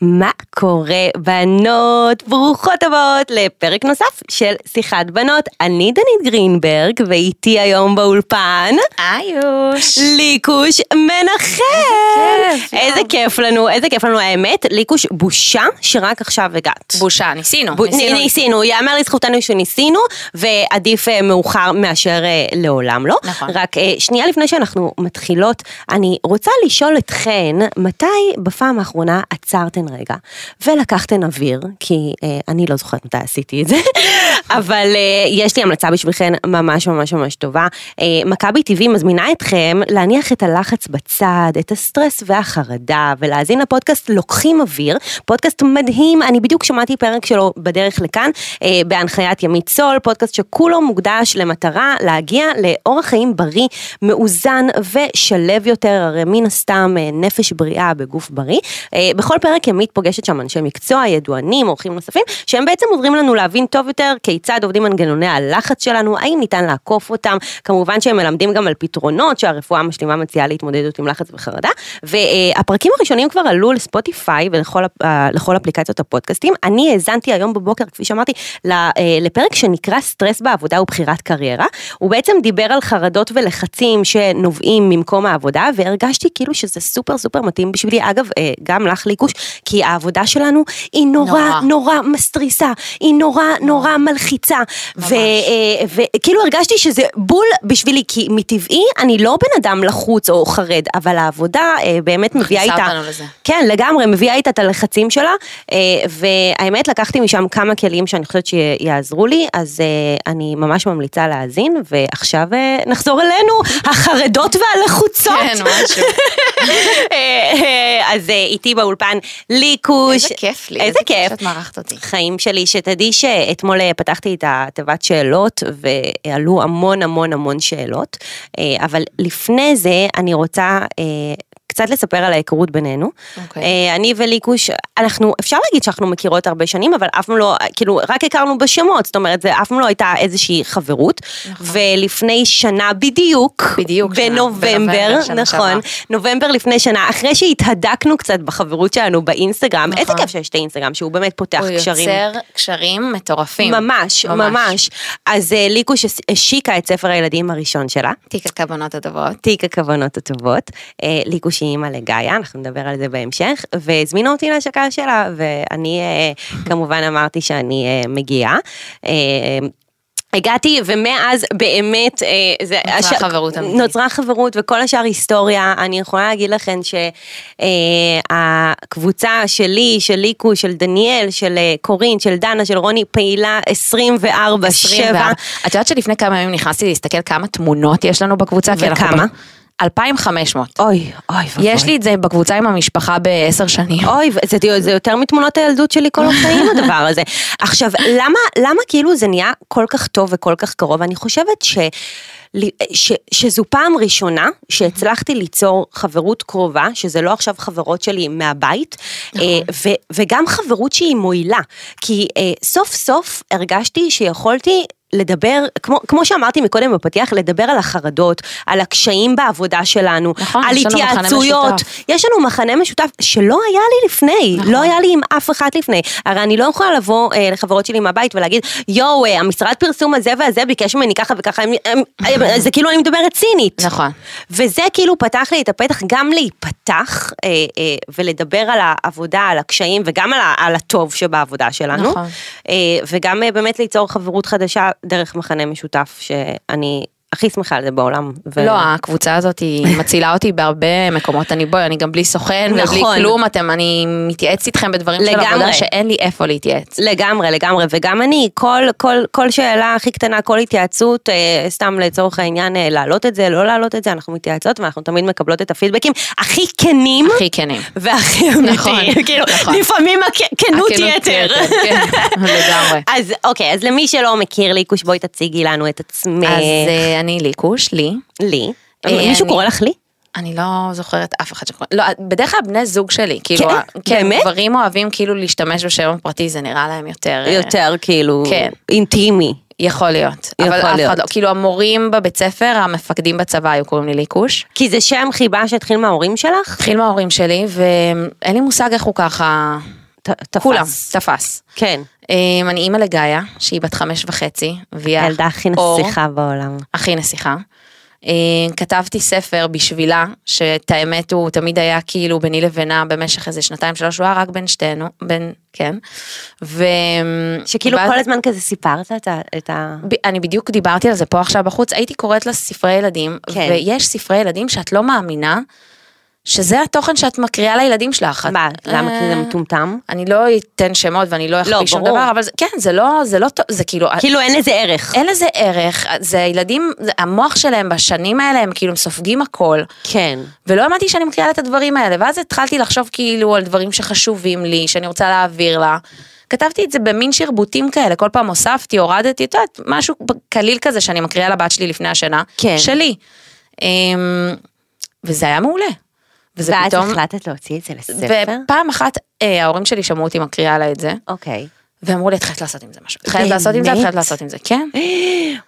מה קורה בנות? ברוכות הבאות לפרק נוסף של שיחת בנות. אני דנית גרינברג, ואיתי היום באולפן איוש. ליקוש מנחם. כיף, איזה יואו. כיף לנו, איזה כיף לנו האמת. ליקוש, בושה שרק עכשיו הגעת. בושה, ניסינו. בו- ניסינו. ניסינו, יאמר לזכותנו שניסינו, ועדיף אה, מאוחר מאשר אה, לעולם לא. נכון. רק אה, שנייה לפני שאנחנו מתחילות, אני רוצה לשאול אתכן, מתי בפעם האחרונה עצרתן רגע ולקחתן אוויר, כי אה, אני לא זוכרת מתי עשיתי את זה, אבל אה, יש לי המלצה בשבילכן ממש ממש ממש טובה. אה, מכבי TV מזמינה אתכם להניח את הלחץ בצד, את הסטרס והחרדה, ולהאזין לפודקאסט לוקחים אוויר, פודקאסט מדהים, אני בדיוק שמעתי פרק שלו בדרך לכאן, אה, בהנחיית ימית סול, פודקאסט שכולו מוקדש למטרה להגיע לאורח חיים בריא, מאוזן ושלב יותר, הרי מן הסתם אה, נפש בריאה בגוף בריא. אה, בכל פרק ימית פוגשת שם אנשי מקצוע, ידוענים, אורחים נוספים, שהם בעצם עוזרים לנו להבין טוב יותר כיצד עובדים מנגנוני הלחץ שלנו, האם ניתן לעקוף אותם, כמובן שהם מלמדים גם על פתרונות שהרפואה המשלימה מציעה להתמודדות עם לחץ וחרדה, והפרקים הראשונים כבר עלו לספוטיפיי ולכל אפ- אה, לכל אפליקציות הפודקאסטים. אני האזנתי היום בבוקר, כפי שאמרתי, ל- אה, לפרק שנקרא סטרס בעבודה ובחירת קריירה. הוא בעצם דיבר על חרדות ולחצים שנובעים ממקום העבודה, והרגשתי כאילו שזה סופר סופר מתאים בשבילי. אגב, אה, גם לך ליקוש, כי העבודה שלנו היא נורא נורא. נורא מסתריסה, היא נורא נורא מלחיצה. ממש. וכאילו כאילו הרגשתי שזה בול בשבילי, כי מטבעי אני לא בן אדם לחוץ או חרד, אבל העבודה אה, באמת מביאה מכניסה איתה... אותנו לזה. כן, לגמרי, מביאה איתה את הלחצים שלה, אה, והאמת לקחתי משם כמה כלים שאני חושבת שיעזרו לי, אז אה, אני ממש ממליצה להאזין, ועכשיו אה, נחזור אלינו, החרדות והלחוצות. כן, משהו. אה, אה, אז אה, איתי באולפן ליקוש. איזה כיף לי. איזה כיף. שאת מארחת אותי. חיים שלי, שתדעי שאתמול אה, פתחתי את התיבת שאלות ועלו המון המון המון שאלות, אה, אבל לפני זה אני רוצה אה, קצת לספר על ההיכרות בינינו. אוקיי. אה, אני וליקוש, אנחנו, אפשר להגיד שאנחנו מכירות הרבה שנים, אבל אף פעם לא, כאילו, רק הכרנו בשמות, זאת אומרת, זה אף פעם לא הייתה איזושהי חברות. ולפני שנה בדיוק, נכון. בדיוק שנה, בנובמבר, בנובמבר שנה נכון, שעברה. נובמבר לפני שנה, אחרי שהתהדקנו קצת בחברות שלנו באינסטגרם, נכון. איזה כיף שיש את האינסטגרם, שהוא באמת פותח הוא קשרים. יוצר קשרים מטורפים. ממש, ממש, ממש. אז אה, ליקוש השיקה את ספר הילדים הראשון שלה, תיק הכוונות הטובות. תיק הכוונות הטובות. אה, ליקוש היא אימא לגאיה, אנחנו נדבר על זה בהמשך, והזמינו אותי להשקה שלה, ואני אה, כמובן אמרתי שאני אה, מגיעה. אה, הגעתי ומאז באמת אה, זה נוצרה חברות אמיתית. נוצרה חברות וכל השאר היסטוריה. אני יכולה להגיד לכן שהקבוצה שלי, של ליקו, של דניאל, של אה, קורין, של דנה, של רוני, פעילה 24/7. 24. את יודעת שלפני כמה ימים נכנסתי להסתכל כמה תמונות יש לנו בקבוצה? כי אנחנו וכמה? ב- 2,500. אוי, אוי ואבוי. יש לי את זה בקבוצה עם המשפחה בעשר שנים. אוי, זה, זה יותר מתמונות הילדות שלי כל החיים הדבר הזה. עכשיו, למה, למה כאילו זה נהיה כל כך טוב וכל כך קרוב? אני חושבת ש... לי- ש, שזו פעם ראשונה שהצלחתי ליצור חברות קרובה, שזה לא עכשיו חברות שלי מהבית, נכון. אה, ו, וגם חברות שהיא מועילה, כי אה, סוף סוף הרגשתי שיכולתי לדבר, כמו, כמו שאמרתי מקודם בפתיח, לדבר על החרדות, על הקשיים בעבודה שלנו, נכון, על יש לנו מכנה התייעצויות, משותף. יש לנו מכנה משותף שלא היה לי לפני, נכון. לא היה לי עם אף אחד לפני. הרי אני לא יכולה לבוא אה, לחברות שלי מהבית ולהגיד, יואו, אה, המשרד פרסום הזה והזה ביקש ממני ככה וככה, הם, הם, הם, זה כאילו אני מדברת סינית. נכון. וזה כאילו פתח לי את הפתח גם להיפתח אה, אה, ולדבר על העבודה, על הקשיים וגם על, ה, על הטוב שבעבודה שלנו. נכון. אה, וגם אה, באמת ליצור חברות חדשה דרך מכנה משותף, שאני הכי שמחה על זה בעולם. ו... לא, הקבוצה הזאת היא מצילה אותי בהרבה מקומות. אני בואי, אני גם בלי סוכן ובלי נכון. כלום, אתם, אני מתייעצת איתכם בדברים של לגמרי. עבודה שאין לי איפה להתייעץ. לגמרי, לגמרי, וגם אני, כל, כל, כל שאלה הכי קטנה, כל התייעצות, אה, סתם לצורך העניין, אה, להעלות את זה, לא להעלות את זה, אנחנו מתייעצות ואנחנו תמיד מקבלות את הפידבקים הכי כנים. הכי כנים. והכי אמיתי, נכון, כאילו, נכון. לפעמים הכנות הכנות יתר. כן, לגמרי. אז אוקיי, אז למי שלא מכיר ליקוש, בואי תציגי לנו את עצמך. אז אה, אני ליקוש, לי. לי. אה, מישהו אני- קורא לך לי? אני לא זוכרת אף אחד שקורא, לא, בדרך כלל בני זוג שלי, כאילו, כן? ה- כן, באמת? גברים אוהבים כאילו להשתמש בשם הפרטי, זה נראה להם יותר, אה, יותר כאילו, כן. אינטימי. יכול להיות. יכול אבל אף להיות. אחד לא, כאילו המורים בבית ספר, המפקדים בצבא היו קוראים לי ליקוש. כי זה שם חיבה שהתחיל מההורים שלך? התחיל מההורים שלי, ואין לי מושג איך הוא ככה... ת- תפס. כולם, תפס. כן. אמ, אני אימא לגאיה, שהיא בת חמש וחצי, והיא הילדה הכי האור נסיכה בעולם. הכי נסיכה. אה, כתבתי ספר בשבילה, שאת האמת הוא תמיד היה כאילו ביני לבינה במשך איזה שנתיים שלוש, הוא היה רק בין שתינו, בין, כן. ו... שכאילו ואז- כל הזמן כזה סיפרת את ה- את ה... ב- אני בדיוק דיברתי על זה פה עכשיו בחוץ, הייתי קוראת לה ספרי ילדים, כן. ויש ספרי ילדים שאת לא מאמינה שזה התוכן שאת מקריאה לילדים שלך. את- מה, למה? כי זה אה, מטומטם? אני לא אתן שמות ואני לא אכפיש שום ברור. דבר, אבל זה, כן, זה לא, זה לא, טוב, זה כאילו, כאילו אין לזה ערך. אין לזה ערך, זה הילדים, זה- המוח שלהם בשנים האלה הם כאילו הם סופגים הכל, כן. ולא האמנתי שאני מקריאה לה את הדברים האלה, ואז התחלתי לחשוב כאילו על דברים שחשובים לי, שאני רוצה להעביר לה. כתבתי את זה במין שרבוטים כאלה, כל פעם הוספתי, הורדתי, את יודעת, משהו קליל כזה שאני מקריאה לבת שלי לפני השינה, כן. שלי. אמ, וזה היה מעולה. וזה ואז פתאום, החלטת להוציא את זה לספר? ופעם אחת אה, ההורים שלי שמעו אותי מקריאה לה את זה, אוקיי. ואמרו לי, את חייבת לעשות עם זה משהו, את חייבת לעשות עם זה, את באמת? חייבת לעשות עם זה, כן.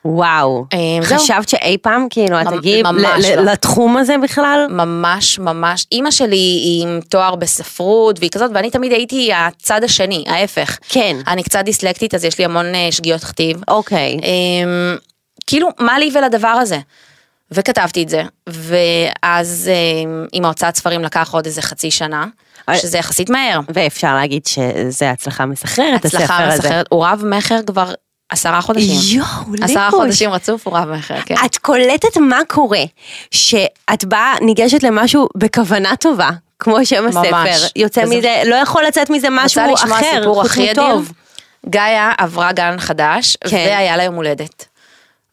וואו. אה, זהו. חשבת שאי פעם כאילו את ממ- תגיעי ממש ל- ל- לא. לתחום הזה בכלל? ממש ממש, אימא שלי היא עם תואר בספרות והיא כזאת, ואני תמיד הייתי הצד השני, ההפך. כן. אני קצת דיסלקטית, אז יש לי המון אה, שגיאות כתיב. אוקיי. אמ, כאילו, מה לי ולדבר הזה? וכתבתי את זה, ואז אמ, עם ההוצאת ספרים לקח עוד איזה חצי שנה, אה, שזה יחסית מהר. ואפשר להגיד שזה הצלחה מסחררת, הספר הזה. הצלחה מסחררת, הוא רב מכר כבר עשרה חודשים. יואו, עשרה ליקוש. חודשים רצוף הוא רב מכר, כן. את קולטת מה קורה, שאת באה, ניגשת למשהו בכוונה טובה, כמו שם ממש. הספר, יוצא וזה- מזה, לא יכול לצאת מזה משהו רוצה לשמוע אחר, סיפור חוץ הכי אדיר? מטוב. גאיה עברה גן חדש, כן. והיה לה יום הולדת.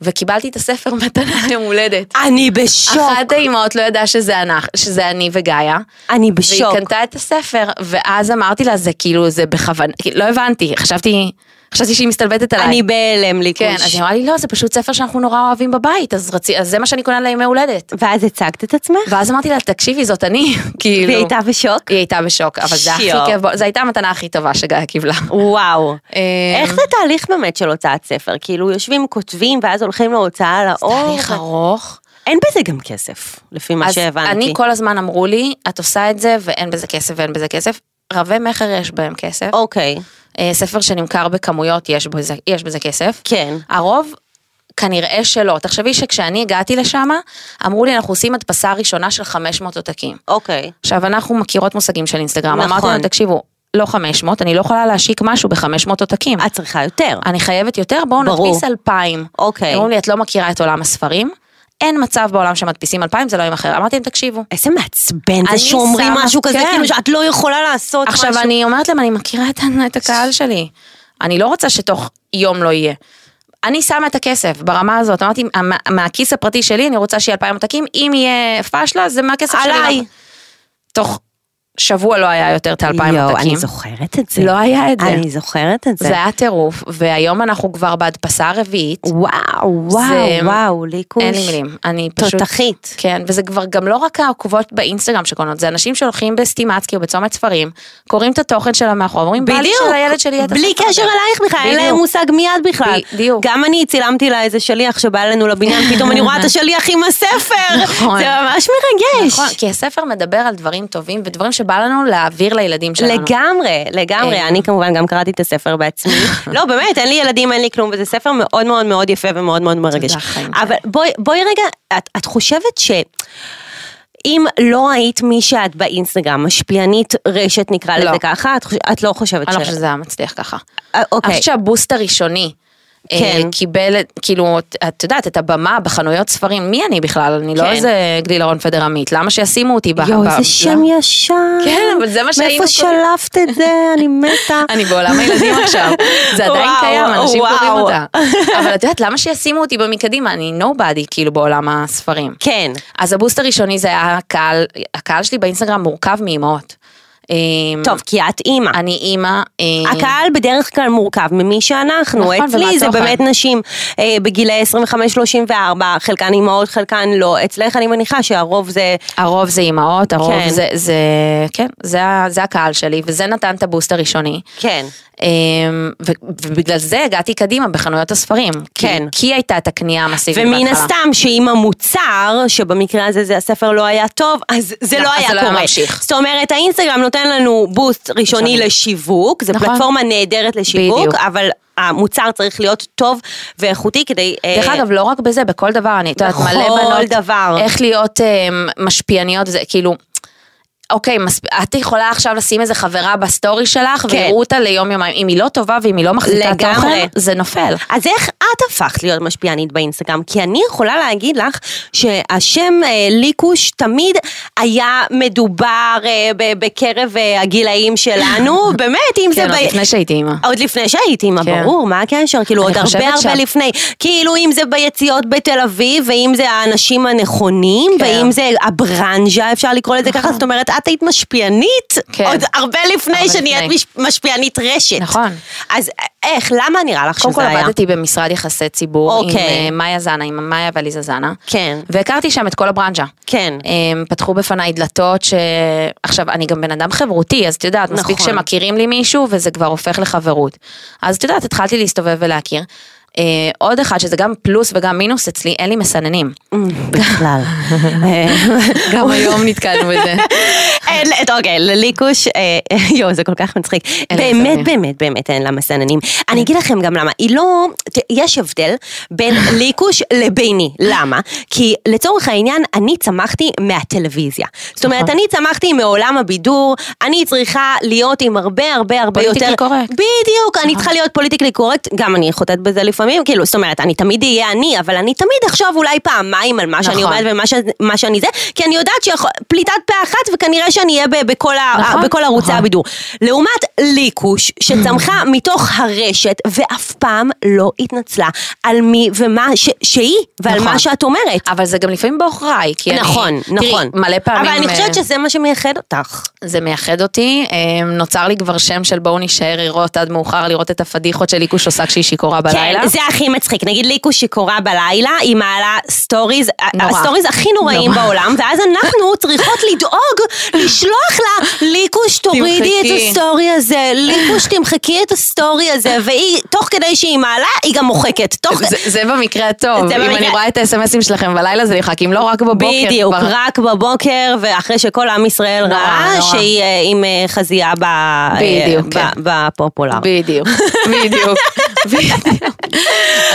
וקיבלתי את הספר מתנה ליום הולדת. אני בשוק, אחת האימהות לא ידעה שזה, אנחנו, שזה אני וגאיה. אני והיא בשוק. קנתה את הספר, ואז אמרתי לה, זה כאילו, זה בכוונה, כאילו, לא הבנתי, חשבתי, חשבתי שהיא מסתלבטת עליי. אני בהלם כן, אז ליקוש. היא אמרה לי, לא, זה פשוט ספר שאנחנו נורא אוהבים בבית, אז, רצי, אז זה מה שאני קונה לימי הולדת. ואז הצגת את עצמך? ואז אמרתי לה, תקשיבי, זאת אני, כאילו. והיא הייתה בשוק? היא הייתה בשוק, אבל זה הכי שיו. כיף, בו- זו הייתה המתנה הכי טובה שגאיה קיבלה. וואו. אה, איך זה תהליך באמת של הוצאת ספר? כאילו יושבים, כותבים, ואז הולכים להוצאה לאור. תהליך ארוך. אין בזה גם כסף, לפי מה אז שהבנתי. אני כל הזמן אמרו לי, את עושה את זה ואין בזה כסף ואין בזה כסף. רבי מכר יש בהם כסף. אוקיי, אה, ספר שנמכר בכמויות יש בזה, יש בזה כסף. כן. הרוב כנראה שלא. תחשבי שכשאני הגעתי לשם, אמרו לי אנחנו עושים הדפסה ראשונה של 500 עותקים. אוקיי. עכשיו אנחנו מכירות מושגים של אינסטגרם. נכון. אמרתי להם תקשיבו, לא 500, אני לא יכולה להשיק משהו ב-500 עותקים. את צריכה יותר. אני חייבת יותר, בואו ברור. נדפיס 2,000. אוקיי. אמרו לי, את לא מכירה את עולם הספרים? אין מצב בעולם שמדפיסים 2,000, זה לא יום אחר. אמרתי להם, תקשיבו. איזה מעצבן זה אני שאומרים שמה- משהו כזה, כן. כאילו שאת לא יכולה לעשות משהו. עכשיו אני אומרת להם, אני מכירה את, ה- את הקהל שלי. אני לא רוצה שתוך יום לא יהיה. אני שמה את הכסף ברמה הזאת, אמרתי, "מה- מהכיס הפרטי שלי אני רוצה שיהיה 2,000 עותקים, אם יהיה פאשלה זה מהכסף שלי. עליי. תוך שבוע לא היה יותר את ה-2,000 יואו, עותקים. אני זוכרת את זה. לא היה את זה. אני זוכרת את זה. זה היה טירוף, והיום אנחנו כבר בהדפסה הרביעית. וואו, וואו, זה- אמ, וואו, ליקוש. אין לי מילים, אני פשוט... תותחית. כן, וזה כבר גם לא רק העוקבות באינסטגרם שקונות, זה אנשים שהולכים בסטימצקי או בצומת ספרים, קוראים את התוכן שלה מאחור, אומרים, בא לי בדיוק, שלילד שלי יהיה את בלי הספר קשר הזה." אלייך בכלל, אין להם בדיוק. מושג מי את בכלל. בדיוק. גם אני צילמתי לה איזה שליח שבא אלינו לבניין, פתאום אני רואה את השליח עם הספר. נכון. זה ממש מרגש. נכון, כי הספר מדבר על דברים טובים ודברים שבא לנו להעביר לילדים שלנו. לגמרי, לגמרי. אה. אני כמובן גם קראתי את הספר בעצמי. לא, באמת, אין לי ילדים, אין לי כלום, וזה ספר מאוד מאוד מאוד יפה ומאוד מאוד מרגש. תודה, חיים. אבל בואי- בואי רגע, את- את חושבת ש... אם לא היית מי שאת באינסטגרם, משפיענית רשת נקרא לא. לזה ככה, את, חוש... את לא חושבת אני ש... לא חושבת שזה היה מצליח ככה. אה, אני אוקיי, חושבת שהבוסט הראשוני. אה, כן. קיבל, את- כאילו, את- את יודעת, את הבמה בחנויות ספרים, מי אני בכלל? אני לא כן. איזה גלילרון פדרמית, למה שישימו אותי ב... יואו, ב- איזה שם ב- ישר. כן, אבל זה מה שהיינו מאיפה קוראים. שלפת את זה? אני מתה. אני בעולם הילדים עכשיו, זה עדיין וואו, קיים, אנשים וואו. קוראים אותה. אבל את יודעת, למה שישימו אותי במקדימה? אני נובדי כאילו בעולם הספרים. כן. אז הבוסט הראשוני זה היה הקהל, הקהל שלי באינסטגרם מורכב מאימהות. אמ, טוב, כי את אימא. אני אימא. אמ, הקהל בדרך כלל מורכב ממי שאנחנו, נכון, ומה אצלי זה התוכן? באמת נשים אה, בגילי 25-34, חלקן אימהות, חלקן לא, אצלך אני מניחה שהרוב זה, הרוב זה אימהות, הרוב כן. כן. זה, זה, כן, זה, ה- זה הקהל שלי, וזה נתן את הבוסט הראשוני. כן, אמ, ו- ובגלל זה הגעתי קדימה בחנויות הספרים. כי- כן. כי הייתה את הקנייה המסיבית ומן בהתחלה. הסתם שאם המוצר, שבמקרה הזה זה הספר לא היה טוב, אז זה לא, לא אז היה זה לא היה קורה. ממשיך. זאת אומרת, האינסטגרם נותן לנו בוסט ראשוני ראשוני. לשיווק, זו נכון. פלטפורמה נהדרת לשיווק, בדיוק. אבל המוצר צריך להיות טוב ואיכותי כדי... אה, נכון. דרך אגב, לא רק בזה, בכל דבר, אני, את יודעת, מלא בכל בנות, דבר. איך להיות אה, משפיעניות, זה כאילו, אוקיי, מספ... את יכולה עכשיו לשים איזה חברה בסטורי שלך, כן. ויראו אותה ליום יומיים, אם היא לא טובה ואם היא לא מחזיקה לגמרי. תוכן, זה נופל. אז איך את הפכת להיות משפיענית באינסטגרם? כי אני יכולה להגיד לך שהשם אה, ליקוש תמיד היה מדובר אה, ב- בקרב אה, הגילאים שלנו, באמת, אם זה... כן, עוד ב- אוקיי, לפני שהייתי אימא. עוד לפני שהייתי אימא, כן. ברור, מה הקשר? כאילו אני עוד הרבה חושבת הרבה שה- לפני. כאילו אם זה ביציאות בתל אביב, ואם זה האנשים הנכונים, כן. נכון. ואם זה הברנז'ה, אפשר לקרוא לזה ככה, זאת אומרת, את היית משפיענית, כן. עוד הרבה לפני הרבה שנהיית לפני. מש- משפיענית רשת. נכון. אז אה, איך, למה נראה לך קודם כל שזה היה? עבדתי במשרד יחסי ציבור עם אוקיי. אה, מאיה זנה, עם מאיה ועליזה זנה. כן. והכרתי שם את כל הברנז'ה. כן. הם אמ, פתחו בפניי דלתות ש... עכשיו, אני גם בן אדם חברותי, אז את יודעת, מספיק נכון. שמכירים לי מישהו וזה כבר הופך לחברות. אז את יודעת, התחלתי להסתובב ולהכיר. אה, עוד אחד, שזה גם פלוס וגם מינוס אצלי, אין לי מסננים. בכלל. אה, גם היום נתקלנו בזה. אין, אוקיי, לליקוש, אה, יואו, זה כל כך מצחיק. אין לה באמת, מסננים. באמת, באמת אין לה מסננים. אני אגיד לכם גם למה, היא לא, ת- יש הבדל בין ליקוש לביני. למה? כי לצורך העניין, אני צמחתי מהטלוויזיה. זאת אומרת, נכון. אני צמחתי מעולם הבידור, אני צריכה להיות עם הרבה הרבה הרבה יותר... פוליטיקלי קורקט. בדיוק, אה. אני צריכה להיות פוליטיקלי קורקט, גם אני חוטאת בזה לפעמים, כאילו, זאת אומרת, אני תמיד אהיה אני, אבל אני תמיד אחשוב אולי פעמיים על מה שאני נכון. אומרת ומה ש- מה שאני זה, כי אני יודעת שפליטת פה אחת וכנראה שאני אהיה ב- בכל ה- נכון, בכל ערוצי נכון. הבידור. לעומת ליקוש, שצמחה מתוך הרשת ואף פעם לא התנצלה על מי ומה ש- שהיא ועל נכון. מה שאת אומרת. אבל זה גם לפעמים בעוכריי, כי אני... נכון, תראי, נכון. מלא פעמים... אבל אני אה, חושבת שזה מה שמייחד אותך. זה מייחד אותי, אה, נוצר לי כבר שם של בואו נישאר לראות עד מאוחר, לראות את הפדיחות של ליקוש עושה כשהיא שיכורה בלילה. כן, זה הכי מצחיק. נגיד ליקו שיכורה בלילה, היא מעלה סטוריז, נורא. הסטוריז הכי נוראים נורא. בעולם, ואז אנחנו צריכות לדאוג, לשלוח לה, ליקוש תורידי את תמחקי. הסטורי הזה, ליקוש תמחקי את הסטורי הזה, והיא, תוך כדי שהיא מעלה, היא גם מוחקת. תוך... זה, זה במקרה הטוב, זה אם במקרה- אני רואה את האס.אם.אסים שלכם בלילה זה נמחק, אם לא רק בבוקר. בדיוק, כבר- רק בבוקר, ואחרי שכל עם ישראל נורא, ראה נורא. שהיא אה, עם אה, חזייה ב- אה, בדיוק, ב- כן. בפופולר. בדיוק, בדיוק, בדיוק.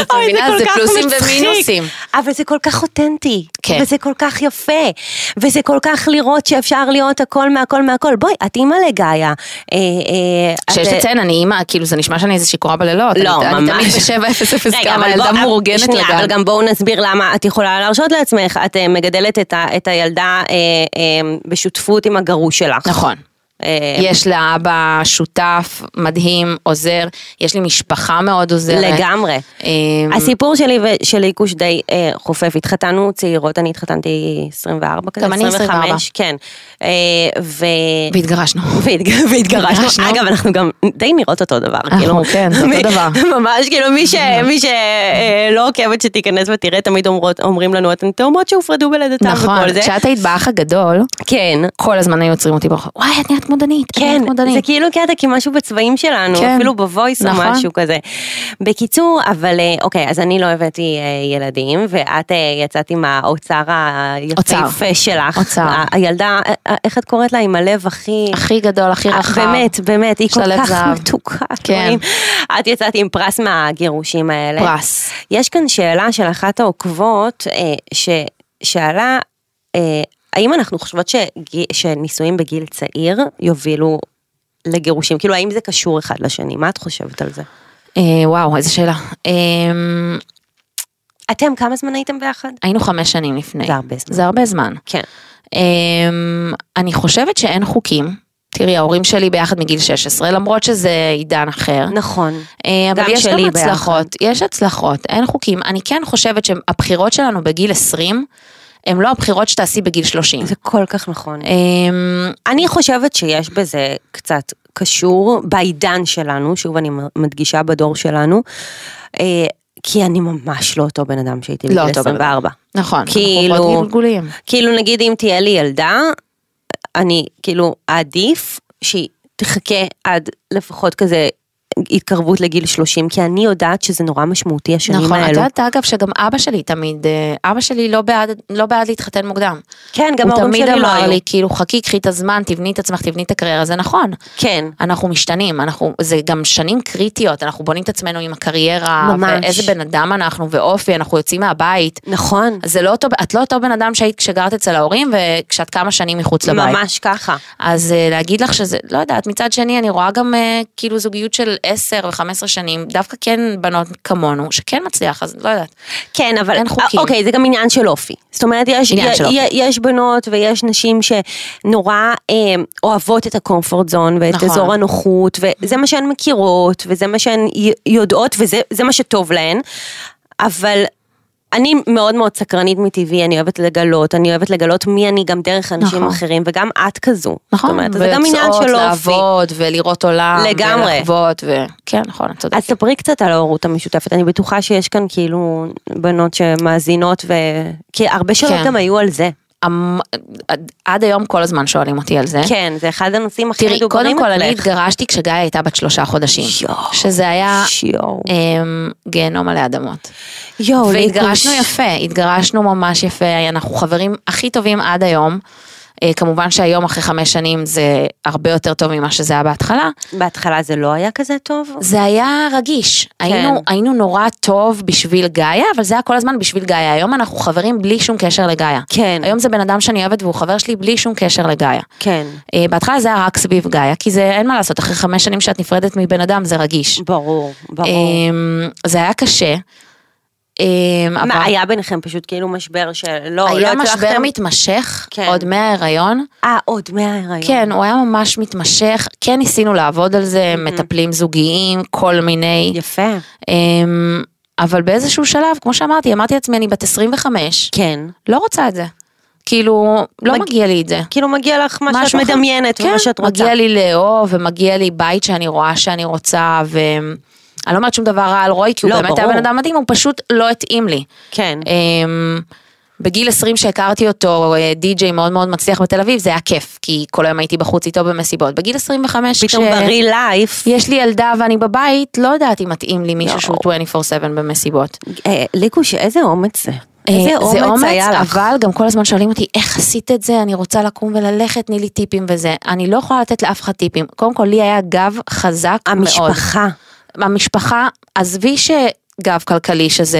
את אוי, מבינה? כל זה כך פלוסים מצחיק. ומינוסים. אבל זה כל כך אותנטי. כן. וזה כל כך יפה. וזה כל כך לראות שאפשר להיות הכל מהכל מהכל. בואי, את אימא לגאיה. אה, אה, את- שיש לציין, אני אימא, כאילו זה נשמע שאני איזה שיכורה בלילות. לא, אני, ממש. אני תמיד בשבע אפס אפס רגע, כמה, אבל ילדה בוא- אה, מאורגנת שנייה, לגן. אבל גם בואו נסביר למה את יכולה להרשות לעצמך. את אה, מגדלת את ה- את הילדה אה, אה, בשותפות עם הגרוש שלך. נכון. אה, יש לה אבא שותף, מדהים, עוזר, יש לי משפחה מאוד עוזרת. לגמרי. אמ, הסיפור שלי ושל ליקוש די אה, חופף, התחתנו צעירות, אני התחתנתי 24 כזה, גם אני 24. 25, כן. אה, ו... והתגרשנו. והתג- והתגרשנו. התגרשנו. אגב, אנחנו גם די נראות אותו דבר, אנחנו, כאילו. כן, זה אותו מ- דבר. ממש, כאילו, מי ש- מי שלא עוקבת שתיכנס ותראה, תמיד אומרות- אומרים לנו, אתן תאומות שהופרדו בלידתם נכון, וכל זה. כשאת היית באח הגדול, כן. כל הזמן היו עוצרים אותי ברחוב, וואי, את נהיית מודנית, את כן, נהיית זה מודנית. כאילו קטע, כי משהו בצבעים שלנו, כן. אפילו בוויס או נכון. משהו כזה. בקיצור, אבל אה, אוקיי, אז אני לא הבאתי אה, ילדים, ואת אה, יצאת עם האוצר היפהפה אוצר. שלך. אוצר. ה- הילדה, אה, אה, איך את קוראת לה? עם הלב הכי... הכי גדול, הכי אה, רחב. באמת, באמת, היא של כל הלב כך זהב. מתוקה. כן. אלוהים. את יצאת עם פרס מהגירושים האלה. פרס. יש כאן שאלה של אחת העוקבות אה, ששאלה, אה, האם אנחנו חושבות שגי, שנישואים בגיל צעיר יובילו לגירושים? כאילו, האם זה קשור אחד לשני? מה את חושבת על זה? אה, וואו, איזה שאלה. אה, אתם כמה זמן הייתם ביחד? היינו חמש שנים לפני. זה הרבה זמן. זה הרבה זמן. כן. אמ, אני חושבת שאין חוקים. תראי, ההורים שלי ביחד מגיל 16, למרות שזה עידן אחר. נכון. אה, אבל גם יש גם שלי ביחד. הצלחות, יש הצלחות, אין חוקים. אני כן חושבת שהבחירות שלנו בגיל 20, הם לא הבחירות שתעשי בגיל 30. זה כל כך נכון. אמ, אני חושבת שיש בזה קצת קשור בעידן שלנו, שוב אני מדגישה בדור שלנו, אה, כי אני ממש לא אותו בן אדם שהייתי לא בגיל אותו בן אדם. 24. נכון, כאילו- אנחנו עוברות גלגולים. כאילו נגיד אם תהיה לי ילדה, אני כאילו אעדיף שהיא תחכה עד לפחות כזה התקרבות לגיל 30, כי אני יודעת שזה נורא משמעותי השנים נכון, את האלו. יודעת אגב שגם אבא שלי תמיד, אה, אבא שלי לא בעד, לא בעד להתחתן מוקדם. כן, גם הוא ההורים תמיד שלי לא אמר היו. לי כאילו חכי, קחי את הזמן, תבני את עצמך, תבני את הקריירה, זה נכון. כן. אנחנו משתנים, אנחנו, זה גם שנים קריטיות, אנחנו בונים את עצמנו עם הקריירה, ממש. ואיזה בן אדם אנחנו ואופי, אנחנו יוצאים מהבית. נכון. זה לא אותו, את לא אותו בן אדם שהיית כשגרת אצל ההורים וכשאת כמה שנים מחוץ לבית. ממש ככה. אז אה, להגיד לך שזה, לא יודעת, מצד שני אני רואה גם אה, כאילו זוגיות של 10 ו-15 שנים, דווקא כן בנות כמונו, שכן מצליח, אז לא יודעת. כן, אבל... אין חוקים. אה, אוקיי, זה גם עניין של אופי. זאת אומרת, יש, עניין י- של אופי. י- יש בנות ויש נשים שנורא אה, אוהבות את הקומפורט זון ואת נכון. נכון. אזור הנוחות, וזה מה שהן מכירות, וזה מה שהן י- יודעות, וזה זה מה שטוב להן, אבל... אני מאוד מאוד סקרנית מטבעי, אני אוהבת לגלות, אני אוהבת לגלות מי אני גם דרך אנשים נכון. אחרים, וגם את כזו. נכון, זאת אומרת, זה גם עניין של אופי. לעבוד ולראות עולם, לגמרי. ולחוות, ו... כן, נכון, את צודקת. אז ספרי קצת על ההורות המשותפת, אני בטוחה שיש כאן כאילו בנות שמאזינות ו... כי הרבה שאלות כן. גם היו על זה. המ- אמ, עד- עד היום כל הזמן שואלים אותי על זה. כן, זה אחד הנושאים הכי אה? תראי, מדוברים קודם כל אני אצלך. התגרשתי כשגיא הייתה בת שלושה חודשים, יואו. שזה היה שיואו. אמ, גיהנום עלי אדמות. יואו, והתגרשנו להתגרש. יפה, התגרשנו ממש יפה, אנחנו חברים הכי טובים עד היום. אה, כמובן שהיום אחרי חמש שנים זה הרבה יותר טוב ממה שזה היה בהתחלה. בהתחלה זה לא היה כזה טוב? זה היה רגיש, היינו, כן. היינו נורא טוב בשביל גאיה, אבל זה היה כל הזמן בשביל גאיה. היום אנחנו חברים בלי שום קשר לגאיה. כן. היום זה בן אדם שאני אוהבת והוא חבר שלי בלי שום קשר לגאיה. כן, אה, בהתחלה זה היה רק סביב גאיה, כי זה אין מה לעשות, אחרי חמש שנים שאת נפרדת מבן אדם זה רגיש. ברור, ברור. אמ, זה היה קשה. אמ, אבל- מה, היה ביניכם פשוט כאילו משבר שלא, לא היה משבר הצלחתם? מתמשך, כן. עוד מההיריון. אה, עוד מההיריון. כן, הוא היה ממש מתמשך, כן ניסינו לעבוד על זה, מטפלים זוגיים, כל מיני. יפה. אמ, אבל באיזשהו שלב, כמו שאמרתי, אמרתי לעצמי, אני בת 25, כן. לא רוצה את זה. כאילו, לא מג- מגיע לי את זה. כאילו מגיע לך מה משהו שאת אחר. מדמיינת כן, ומה שאת רוצה. מגיע לי לאהוב, ומגיע לי בית שאני רואה שאני רוצה, ו... אני לא אומרת שום דבר רע על רוי, כי הוא לא, באמת היה ברור. בן אדם מדהים, הוא פשוט לא התאים לי. כן. אמ, בגיל 20 שהכרתי אותו, אה, די-ג'יי מאוד מאוד מצליח בתל אביב, זה היה כיף, כי כל היום הייתי בחוץ איתו במסיבות. בגיל 25, פתאום בריא לייף. יש לי ילדה ואני בבית, לא יודעת אם מתאים לי מישהו שהוא יואו. 24/7 במסיבות. אה, ליקוש, איזה אומץ זה. אה, איזה אומץ היה לך. אבל גם כל הזמן שואלים אותי, איך עשית את זה? אני רוצה לקום וללכת, תני לי טיפים וזה. אני לא יכולה לתת לאף אחד טיפים. קודם כל, לי היה גב חזק מאוד. המשפחה. המשפחה, עזבי שגב כלכלי שזה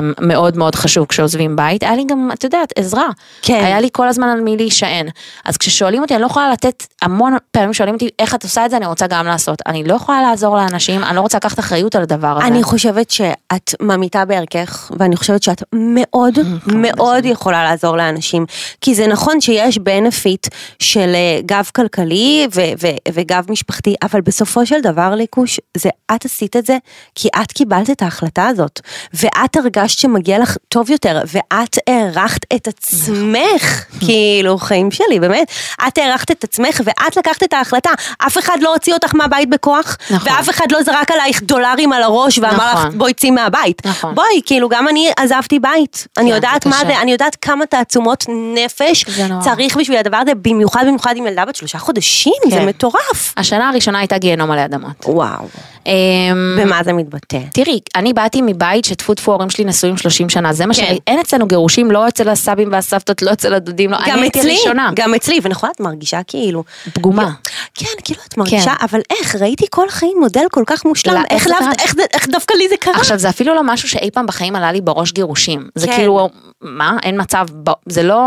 אמ, מאוד מאוד חשוב כשעוזבים בית, היה לי גם, את יודעת, עזרה. כן. היה לי כל הזמן על מי להישען. אז כששואלים אותי, אני לא יכולה לתת, המון פעמים שואלים אותי, איך את עושה את זה, אני רוצה גם לעשות. אני לא יכולה לעזור לאנשים, אני לא רוצה לקחת אחריות על הדבר הזה. אני חושבת שאת ממיתה בערכך, ואני חושבת שאת מאוד אה, מאוד יכולה לעזור לאנשים. כי זה נכון שיש בנפיט של אה, גב כלכלי ו- ו- וגב משפחתי, אבל בסופו של דבר, ליקוש, זה את עשית את זה, כי את קיבלת את ההחלטה הזאת, ואת הרגשת שמגיע לך טוב יותר, ואת הערכת את עצמך, נכון. כאילו, חיים שלי, באמת. את הערכת את עצמך, ואת לקחת את ההחלטה. אף אחד לא הוציא אותך מהבית בכוח, נכון. ואף אחד לא זרק עלייך דולרים על הראש ואמר נכון. לך בואי צאי מהבית. נכון. בואי, כאילו גם אני עזבתי בית. אני זה יודעת מה קשה. זה, אני יודעת כמה תעצומות נפש זה נורא. צריך בשביל הדבר הזה, במיוחד במיוחד עם ילדה בת שלושה חודשים, זה כן. מטורף. השנה הראשונה הייתה גיהנום עלי אדמות. וואו, אמ, במה זה מתבטא? תראי, אני באתי מבית שטפו טפו ההורים שלי נשואים 30 שנה, זה מה כן. ש... אין אצלנו גירושים, לא אצל הסבים והסבתות, לא אצל הדודים, לא, גם אני הייתי אצלי, הראשונה. גם אצלי, ונכון את מרגישה כאילו, פגומה. כן, כאילו את מרגישה, כן. אבל איך, ראיתי כל החיים מודל כל כך מושלם, לא, איך איך זה לאו- קרה? איך זה- איך דווקא לי זה קרה? עכשיו זה אפילו לא משהו שאי פעם בחיים עלה לי בראש גירושים. זה כן. כאילו, מה? אין מצב, ב- זה לא...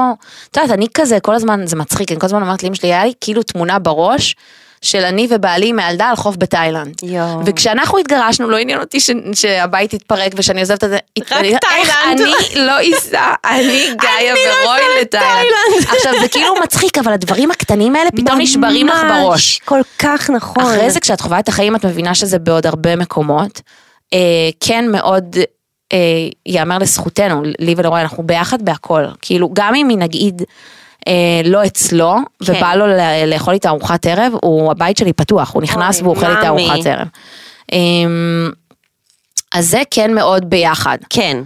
את יודעת, אני כזה כל הזמן, זה מצחיק, אני כל הזמן אומרת לאמא שלי, היה לי כאילו תמונה בראש. של אני ובעלי עם הילדה על חוף בתאילנד. יואו. וכשאנחנו התגרשנו, לא עניין אותי ש... שהבית יתפרק ושאני עוזבת את זה. התפלאתי, תאילנד." איך אני לא אסע, אני גאיה אני לא ורוי אסע לתאילנד. לתאילנד. עכשיו זה כאילו מצחיק, אבל הדברים הקטנים האלה פתאום נשברים לך בראש. ממש, כל כך נכון. אחרי זה כשאת חווה את החיים את מבינה שזה בעוד הרבה מקומות. אה, כן מאוד אה, ייאמר לזכותנו, לי ולרועי, אנחנו ביחד בהכל. כאילו, גם אם היא נגיד אה, לא אצלו, כן. ובא לו ל- לאכול איתה ארוחת ערב, הוא, הבית שלי פתוח, הוא נכנס אוי, והוא אוכל איתה מאמי. ארוחת ערב. אה, אז זה כן מאוד ביחד. כן.